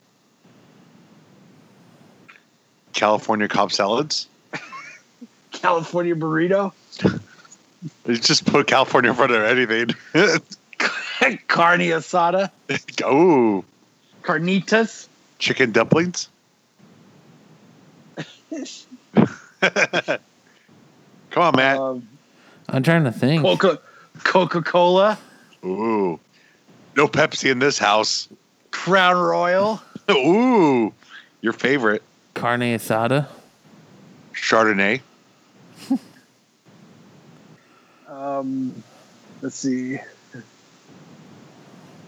[SPEAKER 3] California cob salads.
[SPEAKER 2] California burrito.
[SPEAKER 3] You just put California in front of anything.
[SPEAKER 2] Carne asada.
[SPEAKER 3] oh,
[SPEAKER 2] Carnitas.
[SPEAKER 3] chicken dumplings. Come on, Matt.
[SPEAKER 2] Um,
[SPEAKER 1] I'm trying to think.
[SPEAKER 2] Coca Coca Cola.
[SPEAKER 3] Ooh, no Pepsi in this house.
[SPEAKER 2] Crown Royal.
[SPEAKER 3] Ooh, your favorite
[SPEAKER 1] Carne asada.
[SPEAKER 3] Chardonnay.
[SPEAKER 2] Um, let's see.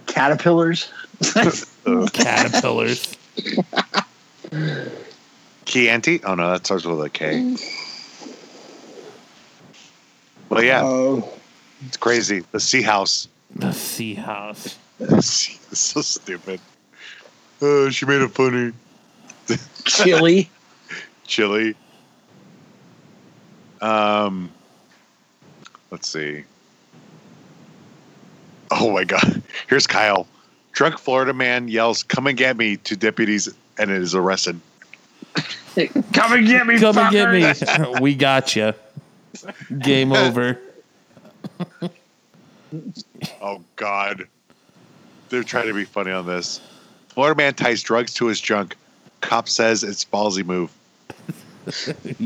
[SPEAKER 2] Caterpillars.
[SPEAKER 3] Uh,
[SPEAKER 1] Caterpillars.
[SPEAKER 3] Chianti? Oh no, that starts with a K. Well, yeah,
[SPEAKER 2] Oh.
[SPEAKER 3] it's crazy. The Sea House.
[SPEAKER 1] The sea house.
[SPEAKER 3] it's so stupid. Oh, she made it funny.
[SPEAKER 2] chili.
[SPEAKER 3] Chili. Um, let's see. Oh my God. Here's Kyle. Drunk Florida man yells, Come and get me to deputies and is arrested.
[SPEAKER 2] Come and get me.
[SPEAKER 1] Come and
[SPEAKER 2] fucker.
[SPEAKER 1] get me. we got you. Game over.
[SPEAKER 3] Oh God. They're trying to be funny on this. Florida man ties drugs to his junk. Cop says it's ballsy move.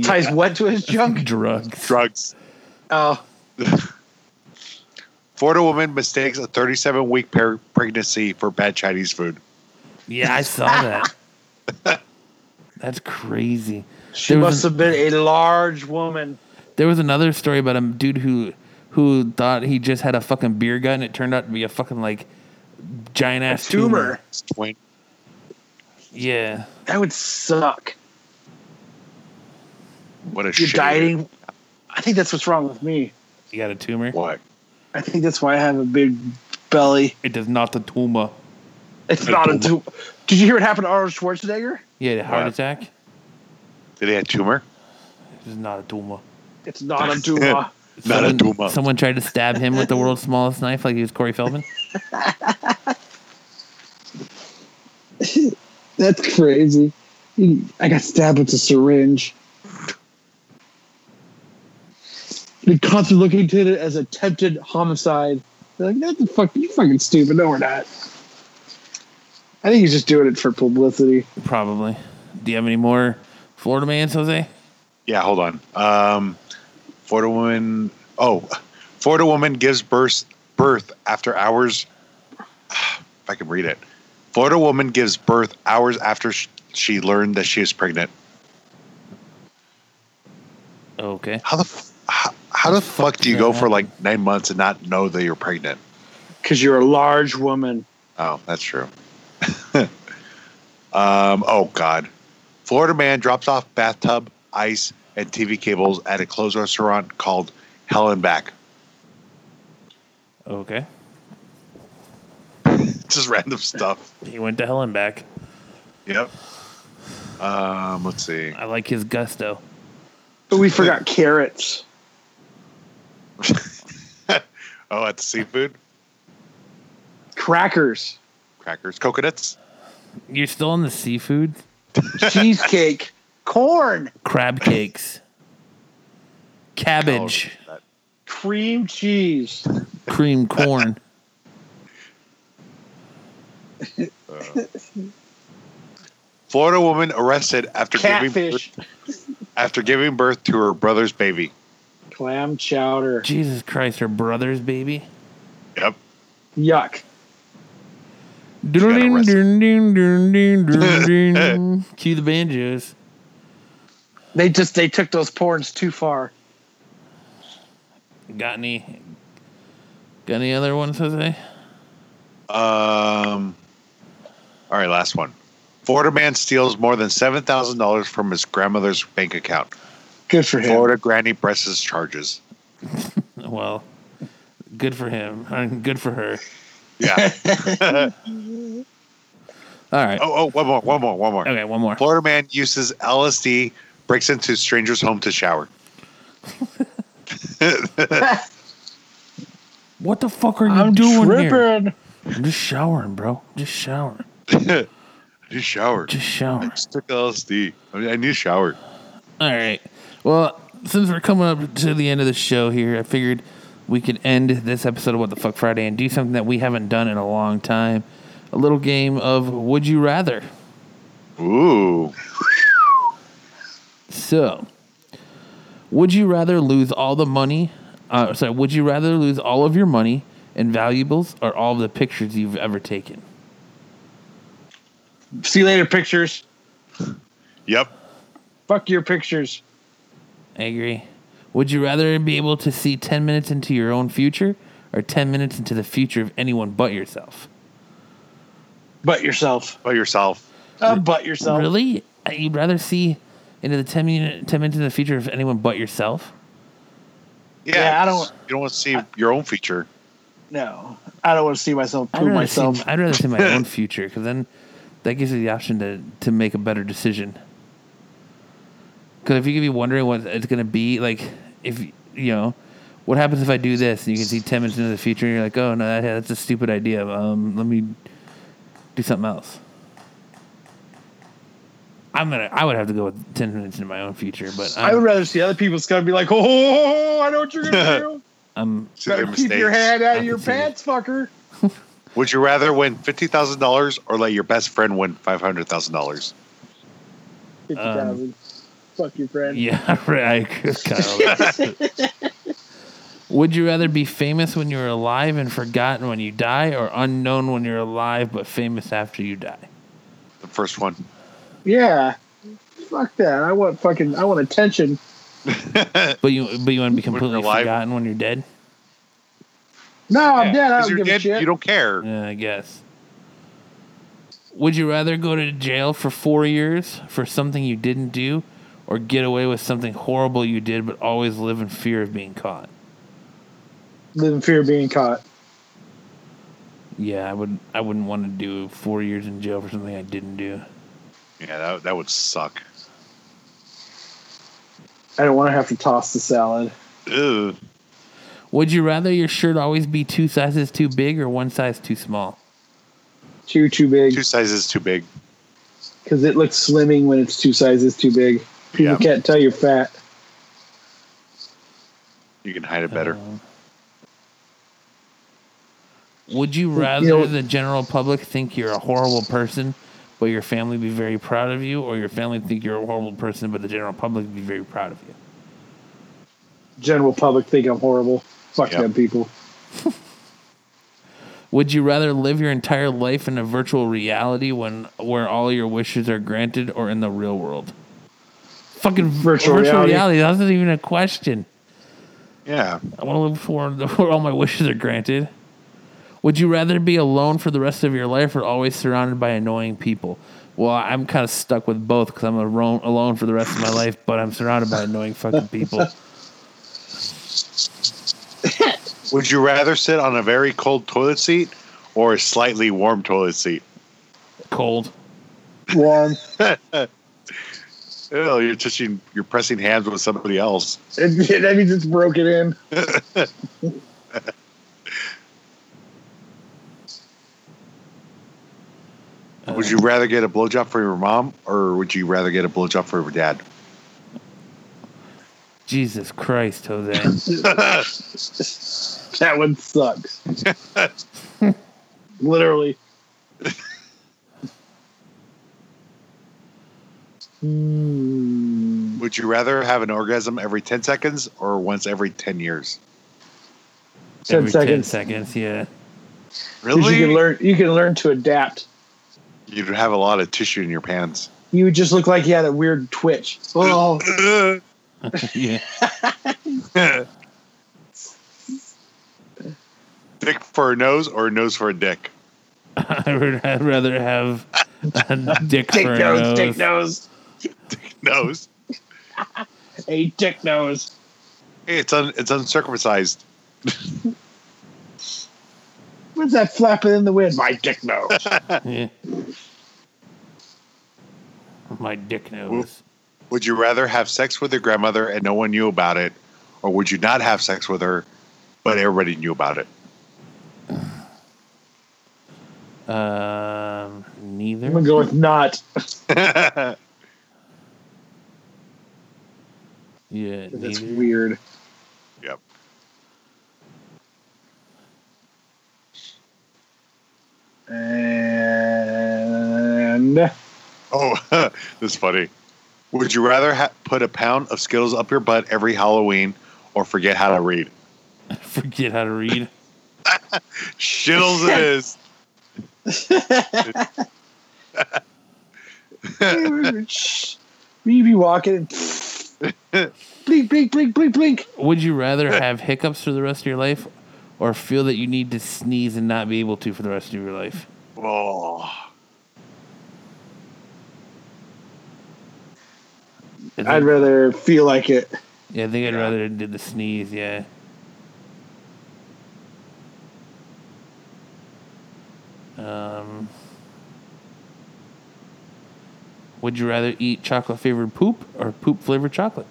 [SPEAKER 2] Ties what to his junk?
[SPEAKER 1] Drugs.
[SPEAKER 3] Drugs.
[SPEAKER 2] Oh,
[SPEAKER 3] Florida woman mistakes a 37 week pre- pregnancy for bad Chinese food.
[SPEAKER 1] Yeah, I saw that. That's crazy.
[SPEAKER 2] she
[SPEAKER 1] There was
[SPEAKER 2] must have been a large woman.
[SPEAKER 1] There was another story about a dude who who thought he just had a fucking beer gut and it turned out to be a fucking like giant ass
[SPEAKER 2] Tumor.
[SPEAKER 3] It's twin-
[SPEAKER 1] Yeah.
[SPEAKER 2] That would suck.
[SPEAKER 3] What a
[SPEAKER 2] You're
[SPEAKER 3] shit.
[SPEAKER 2] dieting. I think that's what's wrong with me.
[SPEAKER 1] You got a tumor?
[SPEAKER 3] What?
[SPEAKER 2] I think that's why I have a big belly.
[SPEAKER 1] It does not the tumor.
[SPEAKER 2] It's not a do. Did you hear what happened to Arnold Schwarzenegger?
[SPEAKER 1] Yeah, the heart
[SPEAKER 3] What?
[SPEAKER 1] attack. It
[SPEAKER 3] Did he have tumor?
[SPEAKER 1] is not a tumor.
[SPEAKER 2] It's not a doula.
[SPEAKER 3] Not a
[SPEAKER 1] Someone-
[SPEAKER 3] tumor.
[SPEAKER 1] Someone tried to stab him with the world's smallest knife, like he was Corey Feldman.
[SPEAKER 2] That's crazy. I got stabbed with a syringe. They're constantly looking at it as attempted homicide. They're like, "That the fuck? You fucking stupid." No, we're not. I think he's just doing it for publicity.
[SPEAKER 1] Probably. Do you have any more Florida man's, Jose?
[SPEAKER 3] Yeah, hold on. Um, Florida woman. Oh, Florida woman gives birth birth after hours. If I can read it, Florida woman gives birth hours after sh- she learned that she is pregnant.
[SPEAKER 1] Okay.
[SPEAKER 3] How the f- how, how the fuck do you
[SPEAKER 1] did
[SPEAKER 3] go
[SPEAKER 1] that
[SPEAKER 3] for like nine months and not know that you're pregnant?
[SPEAKER 2] Because you're a large woman.
[SPEAKER 3] Oh, that's true. um, oh God, Florida man drops off bathtub, ice, and TV cables at a closed restaurant called Hell and Back.
[SPEAKER 1] Okay.
[SPEAKER 3] Just random stuff.
[SPEAKER 1] He went to hell and back.
[SPEAKER 3] Yep. Um, let's see.
[SPEAKER 1] I like his gusto.
[SPEAKER 2] But we forgot carrots.
[SPEAKER 3] Oh, at the seafood,
[SPEAKER 2] crackers,
[SPEAKER 3] crackers, coconuts.
[SPEAKER 1] You're still on the seafood?
[SPEAKER 2] cheesecake, corn,
[SPEAKER 1] Crab cakes. Cabbage.
[SPEAKER 3] Oh,
[SPEAKER 2] cream cheese.
[SPEAKER 1] cream corn.
[SPEAKER 3] Florida woman arrested after giving
[SPEAKER 2] catfish,
[SPEAKER 3] birth, after giving birth to her brother's baby.
[SPEAKER 2] clam chowder.
[SPEAKER 1] Jesus Christ, her brother's baby.
[SPEAKER 3] Yep.
[SPEAKER 2] Yuck.
[SPEAKER 1] Dun,
[SPEAKER 3] got
[SPEAKER 1] dun,
[SPEAKER 3] arrested.
[SPEAKER 1] dun, dun, dun, dun, dun, dun. Cue the banjos.
[SPEAKER 2] They just they took those porns too far.
[SPEAKER 1] Got any? Got any other ones, Jose?
[SPEAKER 3] Um. All right, last one. Florida man steals more than seven thousand dollars from his grandmother's bank account.
[SPEAKER 2] Good for him.
[SPEAKER 3] Florida granny presses charges.
[SPEAKER 1] Well, good for him. I mean, Good for her.
[SPEAKER 3] Yeah.
[SPEAKER 1] All right.
[SPEAKER 3] oh, oh, one more, one more, one more.
[SPEAKER 1] Okay, one more.
[SPEAKER 3] Florida man uses LSD, breaks into stranger's home to shower.
[SPEAKER 1] What the fuck are you
[SPEAKER 2] I'm
[SPEAKER 1] doing here?
[SPEAKER 2] tripping.
[SPEAKER 1] I'm just showering, bro. Just showering.
[SPEAKER 3] Just shower.
[SPEAKER 1] Just showering.
[SPEAKER 3] Just took LSD. I, mean, I need a shower.
[SPEAKER 1] All right. Well, since we're coming up to the end of the show here, I figured we could end this episode of What the Fuck Friday and do something that we haven't done in a long time. A little game of Would You Rather.
[SPEAKER 3] Ooh.
[SPEAKER 1] So, would you rather lose all the money? Uh, sorry, would you rather lose all of your money and valuables or all of the pictures you've ever taken?
[SPEAKER 2] See you later, pictures.
[SPEAKER 3] Yep.
[SPEAKER 2] Fuck your pictures.
[SPEAKER 1] I agree. Would you rather be able to see 10 minutes into your own future or 10 minutes into the future of anyone but yourself?
[SPEAKER 2] Butt yourself.
[SPEAKER 3] By yourself.
[SPEAKER 2] Uh, butt yourself.
[SPEAKER 1] Really? Uh, You'd rather see into the 10, minute, 10 minutes in the future of anyone but yourself?
[SPEAKER 3] Yeah.
[SPEAKER 2] Yeah, I don't-
[SPEAKER 3] You don't want to see your own feature.
[SPEAKER 2] No, I don't want to see myself
[SPEAKER 1] I'd
[SPEAKER 2] poo
[SPEAKER 1] rather
[SPEAKER 2] myself.
[SPEAKER 1] See, I'd rather see my own future because then that gives you the option to, to make a better decision. Because if you could be wondering what it's going to be, like if you know what happens if I do this, and you can see ten minutes into the future, and you're like, oh no, that, that's a stupid idea. Um, let me do something else. I'm gonna. I would have to go with ten minutes into my own future, but
[SPEAKER 2] I would
[SPEAKER 1] I'm,
[SPEAKER 2] rather see other people's gun be like, oh, oh, oh, I know what you're gonna do.
[SPEAKER 1] I'm
[SPEAKER 3] See their
[SPEAKER 2] Better keep your
[SPEAKER 3] mistakes.
[SPEAKER 2] hand out
[SPEAKER 1] I
[SPEAKER 2] of your
[SPEAKER 1] can see it. Um,
[SPEAKER 2] pants, fucker.
[SPEAKER 3] Would you rather win fifty thousand dollars or let your best friend win five hundred thousand dollars?
[SPEAKER 2] Fifty thousand. Fuck your friend.
[SPEAKER 1] yeah, right. I agree with Kyle. Would you rather be famous when you're alive and forgotten when you die, or unknown when you're alive but famous after you die?
[SPEAKER 3] The first one.
[SPEAKER 2] Yeah. Fuck that. I want fucking. I want attention.
[SPEAKER 1] But you, but you want to be
[SPEAKER 3] you're
[SPEAKER 1] completely
[SPEAKER 3] alive.
[SPEAKER 1] forgotten when you're dead.
[SPEAKER 2] No, I'm dead. I
[SPEAKER 3] Because
[SPEAKER 2] don't
[SPEAKER 3] you're
[SPEAKER 2] give a
[SPEAKER 3] dead,
[SPEAKER 2] shit.
[SPEAKER 3] you don't care.
[SPEAKER 1] Yeah, I guess. Would you rather go to jail for four years for something you didn't do, or get away with something horrible you did but always live in fear of being caught?
[SPEAKER 2] Live in fear of being caught.
[SPEAKER 1] Yeah, I would. I wouldn't want to do four years in jail for something I didn't do.
[SPEAKER 3] Yeah, that, that would suck.
[SPEAKER 2] I don't want to have to toss the salad.
[SPEAKER 3] Ew.
[SPEAKER 1] Would you rather your shirt always be two sizes too big or one size too small?
[SPEAKER 2] Too too big
[SPEAKER 3] Two sizes too big.
[SPEAKER 2] because it looks slimming when it's two sizes too big. People
[SPEAKER 3] Yeah.
[SPEAKER 2] can't tell you're fat.
[SPEAKER 3] You can hide it better.
[SPEAKER 2] Uh,
[SPEAKER 1] Um, would you rather
[SPEAKER 2] know-
[SPEAKER 1] the general public think you're a horrible person, but your family be very proud of you, or your family think you're a horrible person, but the general public be very proud of you?
[SPEAKER 2] General public think I'm horrible. Fuck
[SPEAKER 3] Yeah.
[SPEAKER 2] them people.
[SPEAKER 1] Would you rather live your entire life in a virtual reality when where all your wishes are granted, or in the real world? Fucking virtual,
[SPEAKER 2] Virtual
[SPEAKER 1] virtual
[SPEAKER 2] reality.
[SPEAKER 1] reality. That's not even a question.
[SPEAKER 3] Yeah.
[SPEAKER 1] I want to live for where all my wishes are granted. Would you rather be alone for the rest of your life or always surrounded by annoying people? Well, I'm kind of stuck with both because I'm aro- alone for the rest of my life, but I'm surrounded by annoying fucking people.
[SPEAKER 3] Would you rather sit on a very cold toilet seat or a slightly warm toilet seat?
[SPEAKER 1] Cold.
[SPEAKER 2] Warm.
[SPEAKER 3] Oh, you're touching, you're pressing hands with somebody else.
[SPEAKER 2] It- that means it's broken in. Uh.
[SPEAKER 3] Would you rather get a blowjob from your mom or would you rather get a blowjob from your dad?
[SPEAKER 1] Jesus Christ, Jose.
[SPEAKER 2] That one sucks. Literally. Hmm.
[SPEAKER 3] Would you rather have an orgasm every 10 seconds or once every 10 years?
[SPEAKER 2] 10
[SPEAKER 1] Every
[SPEAKER 2] seconds.
[SPEAKER 1] 10 seconds, yeah.
[SPEAKER 2] 'Cause
[SPEAKER 3] Really?
[SPEAKER 2] You can learn. You can learn to adapt.
[SPEAKER 3] You'd have a lot of tissue in your pants.
[SPEAKER 2] You would just look like you had a weird twitch. Oh,
[SPEAKER 1] yeah.
[SPEAKER 3] dick for a nose or a nose for a dick?
[SPEAKER 1] I would I'd rather have a dick
[SPEAKER 2] dick
[SPEAKER 1] for a
[SPEAKER 2] nose,
[SPEAKER 1] nose.
[SPEAKER 2] dick nose,
[SPEAKER 3] Nose.
[SPEAKER 2] a dick nose.
[SPEAKER 3] Hey, it's un, it's uncircumcised.
[SPEAKER 2] What's that flapping in the wind? My dick nose.
[SPEAKER 1] Yeah. My dick nose.
[SPEAKER 3] Woof. Would you rather have sex with your grandmother and no one knew about it, or would you not have sex with her, but everybody knew about it?
[SPEAKER 1] Um, neither.
[SPEAKER 2] I'm gonna go with not.
[SPEAKER 1] Yeah,
[SPEAKER 2] That's
[SPEAKER 1] neither.
[SPEAKER 2] weird.
[SPEAKER 3] Yep.
[SPEAKER 2] And
[SPEAKER 3] Oh, this is funny. Would you rather ha- put a pound of Skittles up your butt every Halloween, or forget how to read?
[SPEAKER 1] Forget how to read.
[SPEAKER 3] Shittles it is.
[SPEAKER 2] we be walking. And blink, blink, blink, blink, blink.
[SPEAKER 1] Would you rather have hiccups for the rest of your life or feel that you need to sneeze and not be able to for the rest of your life?
[SPEAKER 3] Oh,
[SPEAKER 1] I think,
[SPEAKER 2] I'd rather feel like it.
[SPEAKER 1] yeah, I think I'd
[SPEAKER 3] Yeah.
[SPEAKER 1] rather did the sneeze, yeah. Um, would you rather eat chocolate flavored poop or poop flavored chocolate?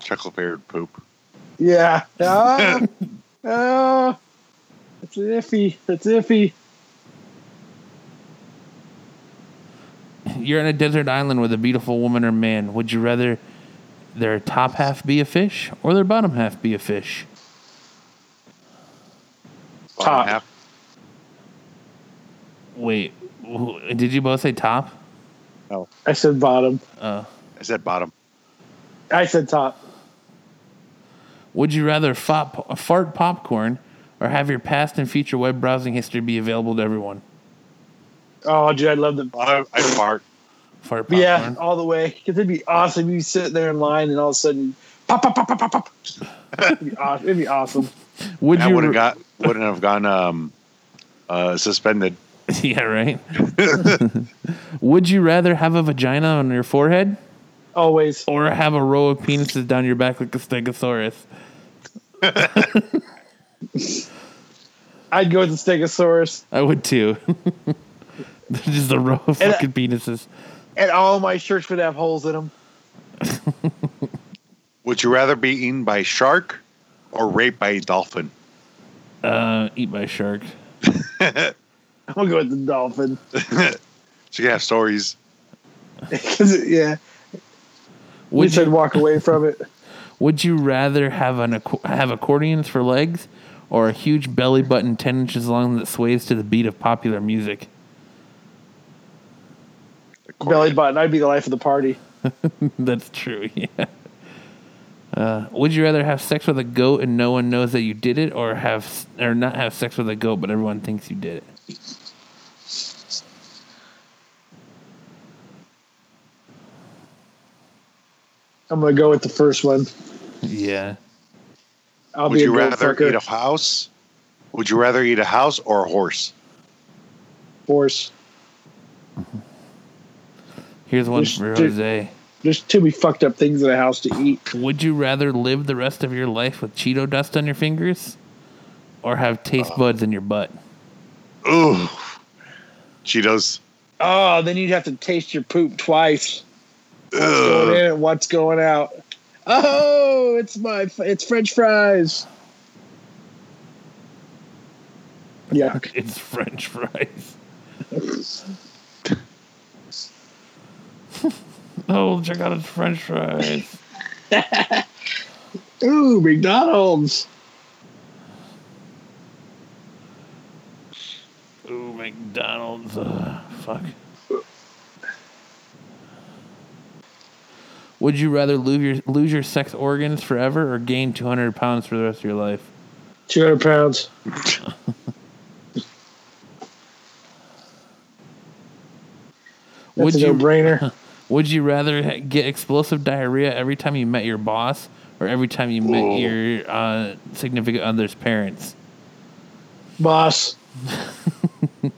[SPEAKER 3] Chuckle paired poop.
[SPEAKER 2] Yeah. Ah, ah, it's iffy. It's iffy.
[SPEAKER 1] You're on a desert island with a beautiful woman or man. Would you rather their top half be a fish or their bottom half be a fish?
[SPEAKER 3] Bottom
[SPEAKER 2] Top.
[SPEAKER 3] half.
[SPEAKER 1] Wait, wh- did you both say top?
[SPEAKER 2] I said bottom.
[SPEAKER 1] Uh,
[SPEAKER 3] I said bottom.
[SPEAKER 2] I said top.
[SPEAKER 1] would you rather fop, fart popcorn or have your past and future web browsing history be available to everyone?
[SPEAKER 2] Oh, dude, I love the
[SPEAKER 3] I, I fart.
[SPEAKER 1] Fart popcorn.
[SPEAKER 2] Yeah, all the way. Because it'd be awesome. You sit there in line, and all of a sudden, pop, pop, pop, pop, pop, pop. It'd be awesome. It'd be awesome.
[SPEAKER 1] Would
[SPEAKER 3] And I
[SPEAKER 1] you?
[SPEAKER 3] would have
[SPEAKER 1] re-
[SPEAKER 3] got wouldn't have gone um, uh, suspended.
[SPEAKER 1] yeah, right. would you rather have a vagina on your forehead
[SPEAKER 2] Always.
[SPEAKER 1] or have a row of penises down your back like a stegosaurus?
[SPEAKER 2] I'd go with the Stegosaurus,
[SPEAKER 1] I would too. Just a row of
[SPEAKER 2] And I-
[SPEAKER 1] fucking penises.
[SPEAKER 2] and all my shirts would have holes in them.
[SPEAKER 3] Would you rather be eaten by a shark or raped by a dolphin?
[SPEAKER 1] Uh, eat by a shark.
[SPEAKER 2] I'm gonna go with the dolphin.
[SPEAKER 3] So you have stories.
[SPEAKER 2] 'Cause it- yeah, at
[SPEAKER 1] Would
[SPEAKER 2] least I'd
[SPEAKER 1] you,
[SPEAKER 2] walk away from it.
[SPEAKER 1] would you rather have an acco- have accordions for legs or a huge belly button ten inches long that sways to the beat of popular music?
[SPEAKER 2] Belly button. I'd be the life of the party.
[SPEAKER 1] That's true. Yeah. Uh, would you rather have sex with a goat and no one knows that you did it, or have s- or not have sex with a goat but everyone thinks you did it?
[SPEAKER 2] I'm gonna go with the first one.
[SPEAKER 1] Yeah.
[SPEAKER 2] I'll
[SPEAKER 3] Would
[SPEAKER 2] be
[SPEAKER 3] you
[SPEAKER 2] a
[SPEAKER 3] rather
[SPEAKER 2] rather
[SPEAKER 3] eat a house? Would you rather eat a house or a horse?
[SPEAKER 2] horse.
[SPEAKER 1] Here's one
[SPEAKER 2] Just
[SPEAKER 1] for
[SPEAKER 2] do-
[SPEAKER 1] Jose.
[SPEAKER 2] There's too many fucked up things in a house to eat.
[SPEAKER 1] Would you rather live the rest of your life with Cheeto dust on your fingers, or have taste buds in your butt?
[SPEAKER 3] Ooh, Cheetos.
[SPEAKER 2] Oh, then you'd have to taste your poop twice. What's
[SPEAKER 3] Ugh.
[SPEAKER 2] going in and what's going out. Oh, it's my f- it's French fries. Yuck.
[SPEAKER 1] It's French fries. oh, check out his French fries.
[SPEAKER 2] Ooh, McDonald's.
[SPEAKER 1] Ooh, McDonald's. Uh, fuck. Would you rather lose your lose your sex organs forever or gain 200 pounds for the rest of your life?
[SPEAKER 2] Two hundred pounds.
[SPEAKER 1] Would
[SPEAKER 2] That's a
[SPEAKER 1] you-
[SPEAKER 2] no-brainer.
[SPEAKER 1] Would you rather ha- get explosive diarrhea every time you met your boss or every time you met
[SPEAKER 3] Whoa.
[SPEAKER 1] your uh, significant other's parents?
[SPEAKER 2] Boss.
[SPEAKER 3] All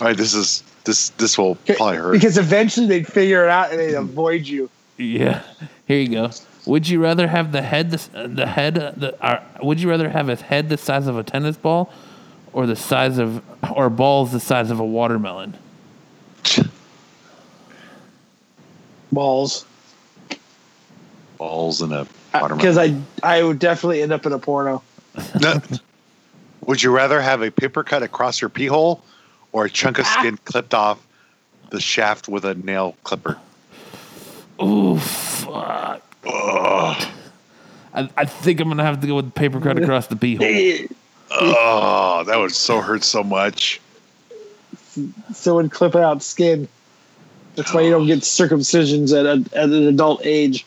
[SPEAKER 3] right, this is this this will probably hurt.
[SPEAKER 2] Because eventually they'd figure it out and they'd avoid you.
[SPEAKER 1] Yeah. Here you go. Would you rather have the head the, the head the uh, would you rather have a head the size of a tennis ball or the size of or balls the size of a watermelon?
[SPEAKER 2] Balls.
[SPEAKER 3] balls in a
[SPEAKER 2] Because
[SPEAKER 3] watermelon.
[SPEAKER 2] I I would definitely end up in a porno.
[SPEAKER 3] No. Would you rather have a paper cut across your pee hole or a chunk of skin clipped off the shaft with a nail clipper?
[SPEAKER 1] Ooh, fuck. I, I think I'm gonna have to go with paper cut across the pee hole.
[SPEAKER 3] Oh, that would so hurt so much.
[SPEAKER 2] Someone clipping out skin. That's why you don't get circumcisions at, a, at an adult age.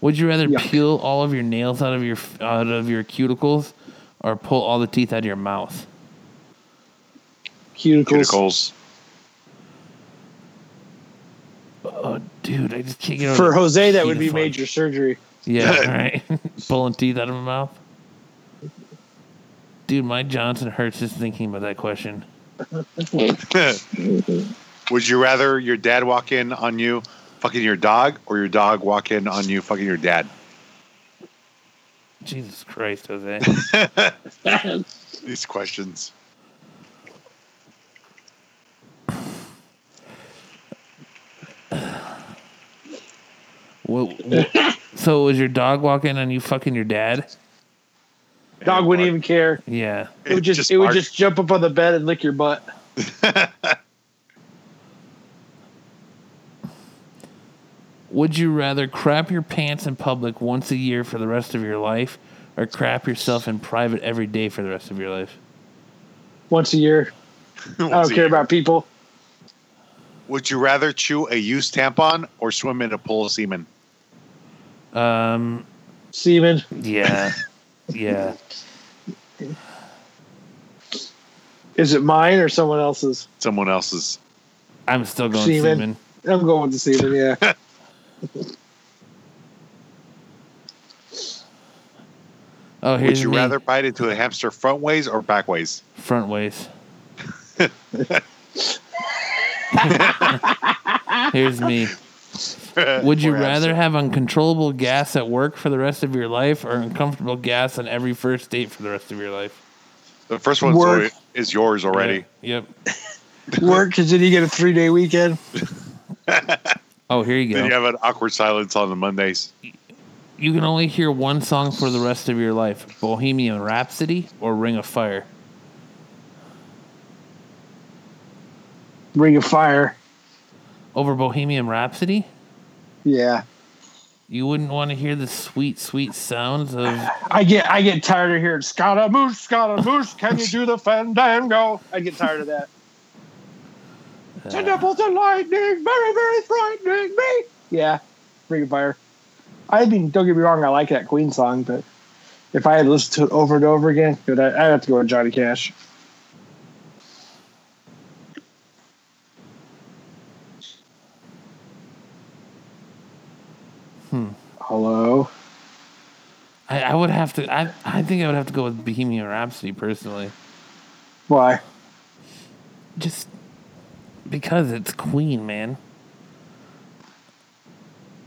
[SPEAKER 1] Would you rather
[SPEAKER 2] Yuck.
[SPEAKER 1] peel all of your nails out of your out of your cuticles, or pull all the teeth out of your mouth?
[SPEAKER 2] Cuticles.
[SPEAKER 3] Cuticles.
[SPEAKER 1] Oh, dude, I just can't get over
[SPEAKER 2] For
[SPEAKER 1] the
[SPEAKER 2] Jose, that would be
[SPEAKER 1] pedophile.
[SPEAKER 2] major surgery.
[SPEAKER 1] Yeah, right. Pulling teeth out of my mouth. Dude, my Johnson hurts just thinking about that question.
[SPEAKER 3] Would you rather your dad walk in on you fucking your dog or your dog walk in on you fucking your dad?
[SPEAKER 1] Jesus Christ, Jose.
[SPEAKER 3] These questions.
[SPEAKER 1] What, what- so was your dog walking and you fucking your dad?
[SPEAKER 2] Dog wouldn't even care.
[SPEAKER 1] Yeah.
[SPEAKER 2] It would just, it would
[SPEAKER 3] barked.
[SPEAKER 2] just jump up on the bed and lick your butt.
[SPEAKER 1] Would you rather crap your pants in public once a year for the rest of your life, or crap yourself in private every day for the rest of your life?
[SPEAKER 2] Once a year. I
[SPEAKER 3] Once
[SPEAKER 2] don't
[SPEAKER 3] a
[SPEAKER 2] care
[SPEAKER 3] year.
[SPEAKER 2] about people.
[SPEAKER 3] Would you rather chew a used tampon or swim in a pool of semen?
[SPEAKER 1] Um.
[SPEAKER 2] Semen.
[SPEAKER 1] Yeah. yeah.
[SPEAKER 2] Is it mine or someone else's?
[SPEAKER 3] Someone else's.
[SPEAKER 1] I'm still going
[SPEAKER 2] Semen.
[SPEAKER 1] semen.
[SPEAKER 2] I'm going with the semen, yeah.
[SPEAKER 1] Oh, here's
[SPEAKER 3] Would you
[SPEAKER 1] me.
[SPEAKER 3] rather bite into a hamster front ways or back ways?
[SPEAKER 1] front ways. here's me. Would you
[SPEAKER 3] Or hamster.
[SPEAKER 1] rather have uncontrollable gas at work for the rest of your life or uncomfortable gas on every first date for the rest of your life?
[SPEAKER 3] The first one
[SPEAKER 2] Work.
[SPEAKER 3] is yours already.
[SPEAKER 1] Yeah. Yep.
[SPEAKER 2] Work, because then you get a three day weekend.
[SPEAKER 1] Oh, here you go.
[SPEAKER 3] Then you have an awkward silence on the Mondays.
[SPEAKER 1] You can only hear one song for the rest of your life Bohemian Rhapsody or Ring of Fire.
[SPEAKER 2] Ring of Fire.
[SPEAKER 1] Over Bohemian Rhapsody,
[SPEAKER 2] Yeah.
[SPEAKER 1] you wouldn't want to hear the sweet, sweet sounds of. uh,
[SPEAKER 2] I get I get tired of hearing Scaramouche, Scaramouche, can you do the fandango? I get tired of that.
[SPEAKER 1] Uh,
[SPEAKER 2] Thunderbolts and lightning, very, very frightening me. Yeah, Ring of Fire. I mean, don't get me wrong, I like that Queen song, but if I had listened to it over and over again, dude, I, I'd have to go with Johnny Cash.
[SPEAKER 1] Hmm.
[SPEAKER 2] Hello.
[SPEAKER 1] I, I would have to. I, I think I would have to go with Bohemian Rhapsody personally.
[SPEAKER 2] Why?
[SPEAKER 1] Just because it's Queen, man.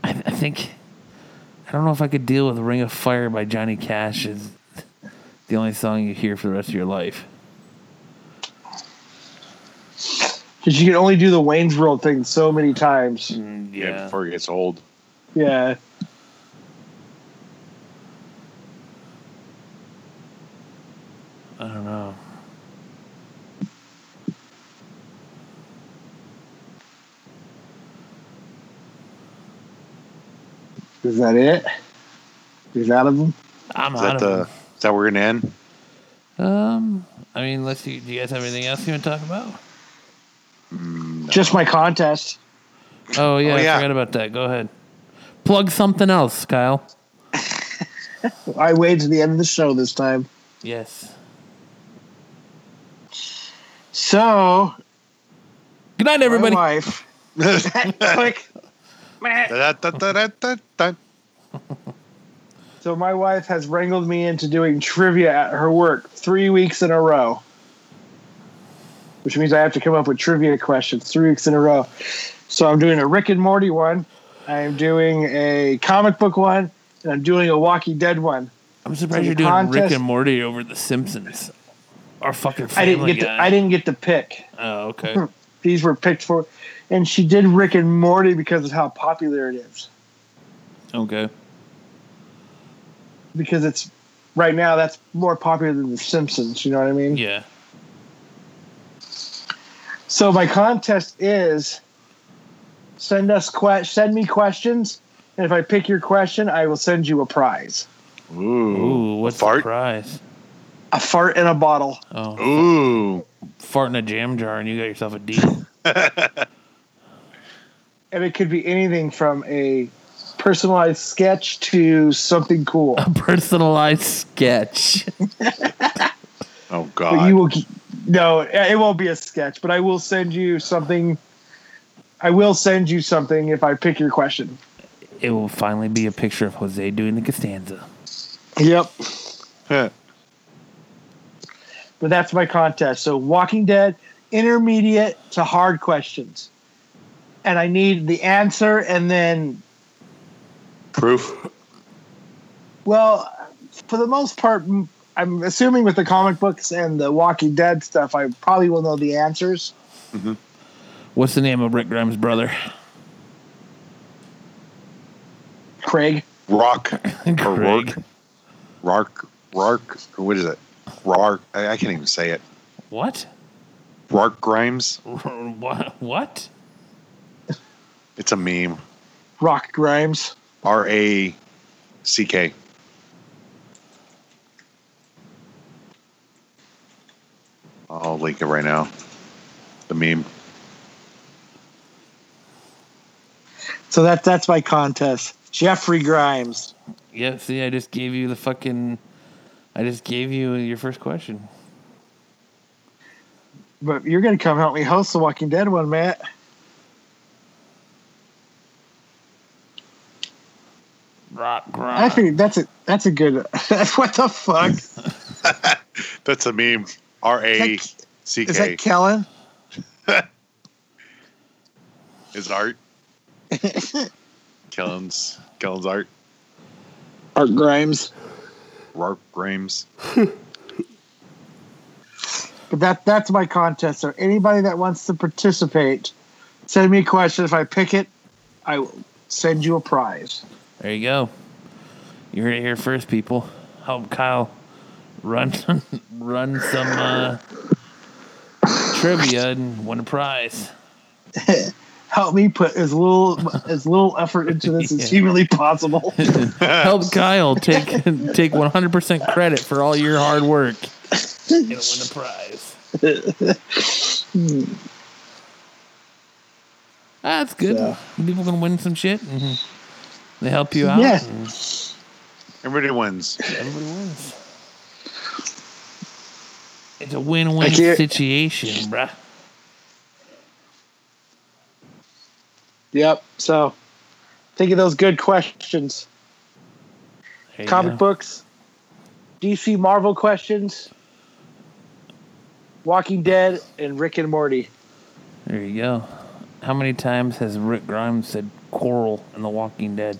[SPEAKER 1] I, I think I don't know if I could deal with "Ring of Fire" by Johnny Cash. Is the only song you hear for the rest of your life.
[SPEAKER 2] Because you can only do the Wayne's World thing so many
[SPEAKER 1] Hmm.
[SPEAKER 2] times.
[SPEAKER 3] Yeah. Before it gets old.
[SPEAKER 2] Yeah.
[SPEAKER 1] I don't know.
[SPEAKER 2] Is that it? Is that of them?
[SPEAKER 1] I'm
[SPEAKER 3] Is
[SPEAKER 1] out
[SPEAKER 3] that
[SPEAKER 1] of
[SPEAKER 3] the
[SPEAKER 1] them.
[SPEAKER 3] is that where we're gonna end?
[SPEAKER 1] Um, I mean, let's see. Do you guys have anything else you want to talk about?
[SPEAKER 2] Just my contest.
[SPEAKER 1] Oh yeah, I
[SPEAKER 3] yeah.
[SPEAKER 1] forgot about that. Go ahead. Plug something else, Kyle.
[SPEAKER 2] I waited to the end of the show this time.
[SPEAKER 1] Yes.
[SPEAKER 2] So
[SPEAKER 1] Good night, everybody.
[SPEAKER 2] my wife. Click.
[SPEAKER 3] Da- da- da- da- da- da.
[SPEAKER 2] So my wife has wrangled me into doing trivia at her work three weeks in a row. Which means I have to come up with trivia questions three weeks in a row. So I'm doing a Rick and Morty one, I'm doing a comic book one, and I'm doing a Walking Dead one.
[SPEAKER 1] I'm surprised
[SPEAKER 2] the
[SPEAKER 1] you're doing Rick
[SPEAKER 2] contest-
[SPEAKER 1] and Morty over The Simpsons. Our fucking
[SPEAKER 2] I
[SPEAKER 1] family
[SPEAKER 2] didn't get to,
[SPEAKER 1] guy.
[SPEAKER 2] I didn't get to pick.
[SPEAKER 1] oh, okay.
[SPEAKER 2] These were picked for and she did Rick and Morty because of how popular it is.
[SPEAKER 1] okay.
[SPEAKER 2] because it's right now that's more popular than the simpsons you know what i mean
[SPEAKER 1] Yeah.
[SPEAKER 2] so my contest is send us que- send me questions and if i pick your question i will send you a prize
[SPEAKER 3] Ooh.
[SPEAKER 1] Ooh, what's the
[SPEAKER 3] fart?
[SPEAKER 1] prize?
[SPEAKER 2] a fart in a bottle
[SPEAKER 1] Oh,
[SPEAKER 3] Ooh.
[SPEAKER 1] fart in a jam jar and you got yourself a deal.
[SPEAKER 2] and it could be anything from a personalized sketch to something cool
[SPEAKER 1] a personalized sketch.
[SPEAKER 3] Oh
[SPEAKER 2] but
[SPEAKER 3] god.
[SPEAKER 2] you will g- no it won't be a sketch but i will send you something i will send you something if i pick your question
[SPEAKER 1] It will finally be a picture of Jose doing the Costanza.
[SPEAKER 2] yep
[SPEAKER 3] Huh.
[SPEAKER 2] but that's my contest. So Walking Dead, intermediate to hard questions. And I need the answer and then
[SPEAKER 3] Proof.
[SPEAKER 2] well, for the most part m- I'm assuming with the comic books and the Walking Dead stuff I probably will know the answers.
[SPEAKER 1] What's the name of Rick Grimes' brother?
[SPEAKER 2] Craig.
[SPEAKER 3] Rock or
[SPEAKER 1] Craig.
[SPEAKER 3] Rourke. Rourke. Rourke. What is it? Rourke. I, I can't even say it.
[SPEAKER 1] What?
[SPEAKER 3] Rourke Grimes.
[SPEAKER 1] What? What?
[SPEAKER 3] It's a meme.
[SPEAKER 2] Rock Grimes.
[SPEAKER 3] R A C K. I'll link it right now. The meme.
[SPEAKER 2] So that that's my contest. Jeffrey Grimes.
[SPEAKER 1] Yeah. See, I just gave you the fucking. I just gave you your first question.
[SPEAKER 2] But you're gonna come help me host the Walking Dead one, Matt.
[SPEAKER 1] Rock
[SPEAKER 2] I
[SPEAKER 1] grind.
[SPEAKER 2] think that's a that's a good. what the fuck is
[SPEAKER 3] That's a meme. R A C K
[SPEAKER 2] that? Kellen?
[SPEAKER 3] is art. Kellen's Kellen's art.
[SPEAKER 2] Art Grimes.
[SPEAKER 3] Rourke Grimes.
[SPEAKER 2] But that that's my contest. So anybody that wants to participate, send me a question. If I pick it, I will send you a prize.
[SPEAKER 1] There you go. You heard it here first, people. Help Kyle run run some uh, trivia and win a prize.
[SPEAKER 2] Help me put as little as little effort into this as
[SPEAKER 1] Yeah.
[SPEAKER 2] humanly possible.
[SPEAKER 1] Help Kyle take take 100% credit for all your hard work and win a prize. Ah, that's good.
[SPEAKER 2] So-
[SPEAKER 1] People can win some shit. And they help you out.
[SPEAKER 2] Yeah.
[SPEAKER 1] and
[SPEAKER 3] Everybody wins.
[SPEAKER 1] Everybody wins. It's a win-win
[SPEAKER 2] I can't-
[SPEAKER 1] situation, bruh.
[SPEAKER 2] yep. So think of those good questions.
[SPEAKER 1] There you
[SPEAKER 2] Comic
[SPEAKER 1] go.
[SPEAKER 2] books, DC Marvel questions, Walking Dead, and Rick and Morty.
[SPEAKER 1] There you go. How many times has Rick Grimes said coral in The Walking Dead?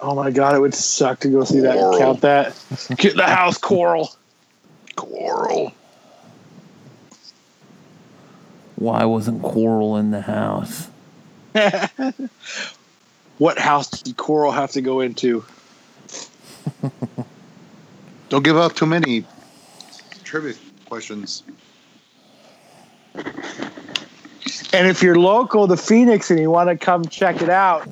[SPEAKER 2] Oh my god, it would suck to go through that and
[SPEAKER 3] Coral.
[SPEAKER 2] count that. Get in the house, Coral.
[SPEAKER 3] Coral.
[SPEAKER 1] Why wasn't coral in the house?
[SPEAKER 2] What house did Coral have to go into?
[SPEAKER 3] Don't give up too many trivia questions.
[SPEAKER 2] And if you're local to Phoenix and you want to come check it out,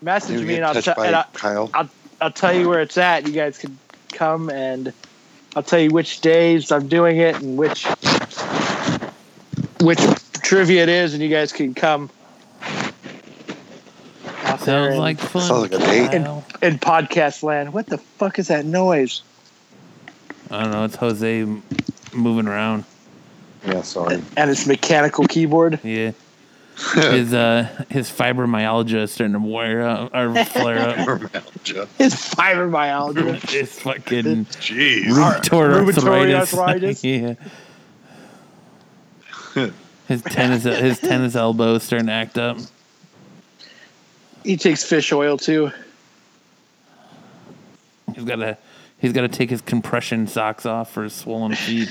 [SPEAKER 2] message
[SPEAKER 3] You
[SPEAKER 2] me
[SPEAKER 3] get
[SPEAKER 2] and I'll,
[SPEAKER 3] touched
[SPEAKER 2] te-
[SPEAKER 3] by
[SPEAKER 2] and I'll,
[SPEAKER 3] Kyle.
[SPEAKER 2] I'll I'll tell you where it's at. You guys can come and I'll tell you which days I'm doing it and which which trivia it is, and you guys can come. out there
[SPEAKER 1] Sounds
[SPEAKER 2] and-
[SPEAKER 1] like fun.
[SPEAKER 3] Sounds like a date.
[SPEAKER 1] Kyle.
[SPEAKER 2] in podcast land. What the fuck is that noise?
[SPEAKER 1] I don't know. It's Jose m- moving around.
[SPEAKER 3] Yeah, sorry.
[SPEAKER 2] And it's mechanical keyboard.
[SPEAKER 1] Yeah. His uh his fibromyalgia is starting to wear up or flare up.
[SPEAKER 2] It's fibromyalgia.
[SPEAKER 1] it's fucking
[SPEAKER 3] Jeez.
[SPEAKER 1] rheumatoid
[SPEAKER 2] Rheumatoid
[SPEAKER 1] arthritis.
[SPEAKER 2] arthritis.
[SPEAKER 1] yeah. His tennis his tennis elbow is starting to act up.
[SPEAKER 2] he takes fish oil too.
[SPEAKER 1] He's gotta he's gotta take his compression socks off for his swollen feet.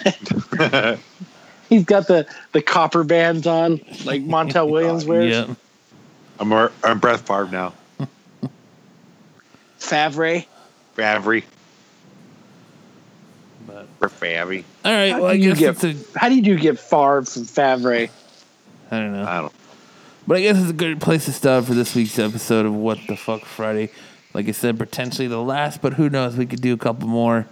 [SPEAKER 2] He's got the, the copper bands on, like Montel Williams wears.
[SPEAKER 1] yeah.
[SPEAKER 3] I'm, our- I'm Brett Favre now.
[SPEAKER 2] Favre.
[SPEAKER 3] Favre.
[SPEAKER 1] But
[SPEAKER 3] Brett Favre.
[SPEAKER 1] all right,
[SPEAKER 2] How
[SPEAKER 1] well I
[SPEAKER 2] do you
[SPEAKER 1] guess
[SPEAKER 2] get-
[SPEAKER 1] it's
[SPEAKER 2] How do you do get Favre from Favre?
[SPEAKER 1] a I don't know.
[SPEAKER 3] I don't.
[SPEAKER 1] But I guess it's a good place to stop for this week's episode of What the Fuck Friday. Like I said, potentially the last, but who knows? We could do a couple more.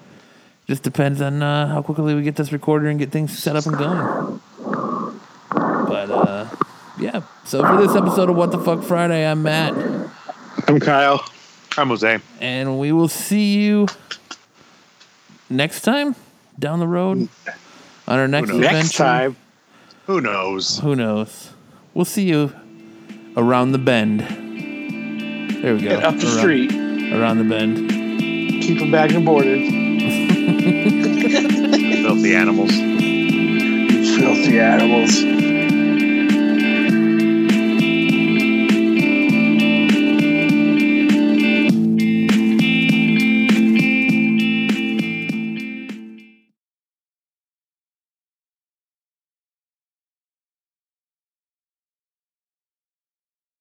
[SPEAKER 1] Just depends on uh, how quickly we get this recorder and get things set up and going. But uh, yeah, so for this episode of What the Fuck Friday, I'm Matt,
[SPEAKER 2] I'm Kyle.
[SPEAKER 3] I'm Jose.
[SPEAKER 1] and we will see you next time down the road on our next
[SPEAKER 3] knows?
[SPEAKER 1] adventure.
[SPEAKER 2] Next time.
[SPEAKER 3] Who knows?
[SPEAKER 1] who knows? We'll see you around the bend. There we go.
[SPEAKER 2] Get up the
[SPEAKER 1] Around-
[SPEAKER 2] street.
[SPEAKER 1] around the bend.
[SPEAKER 2] Keep them back and boarded.
[SPEAKER 3] Filthy animals.
[SPEAKER 2] Filthy animals.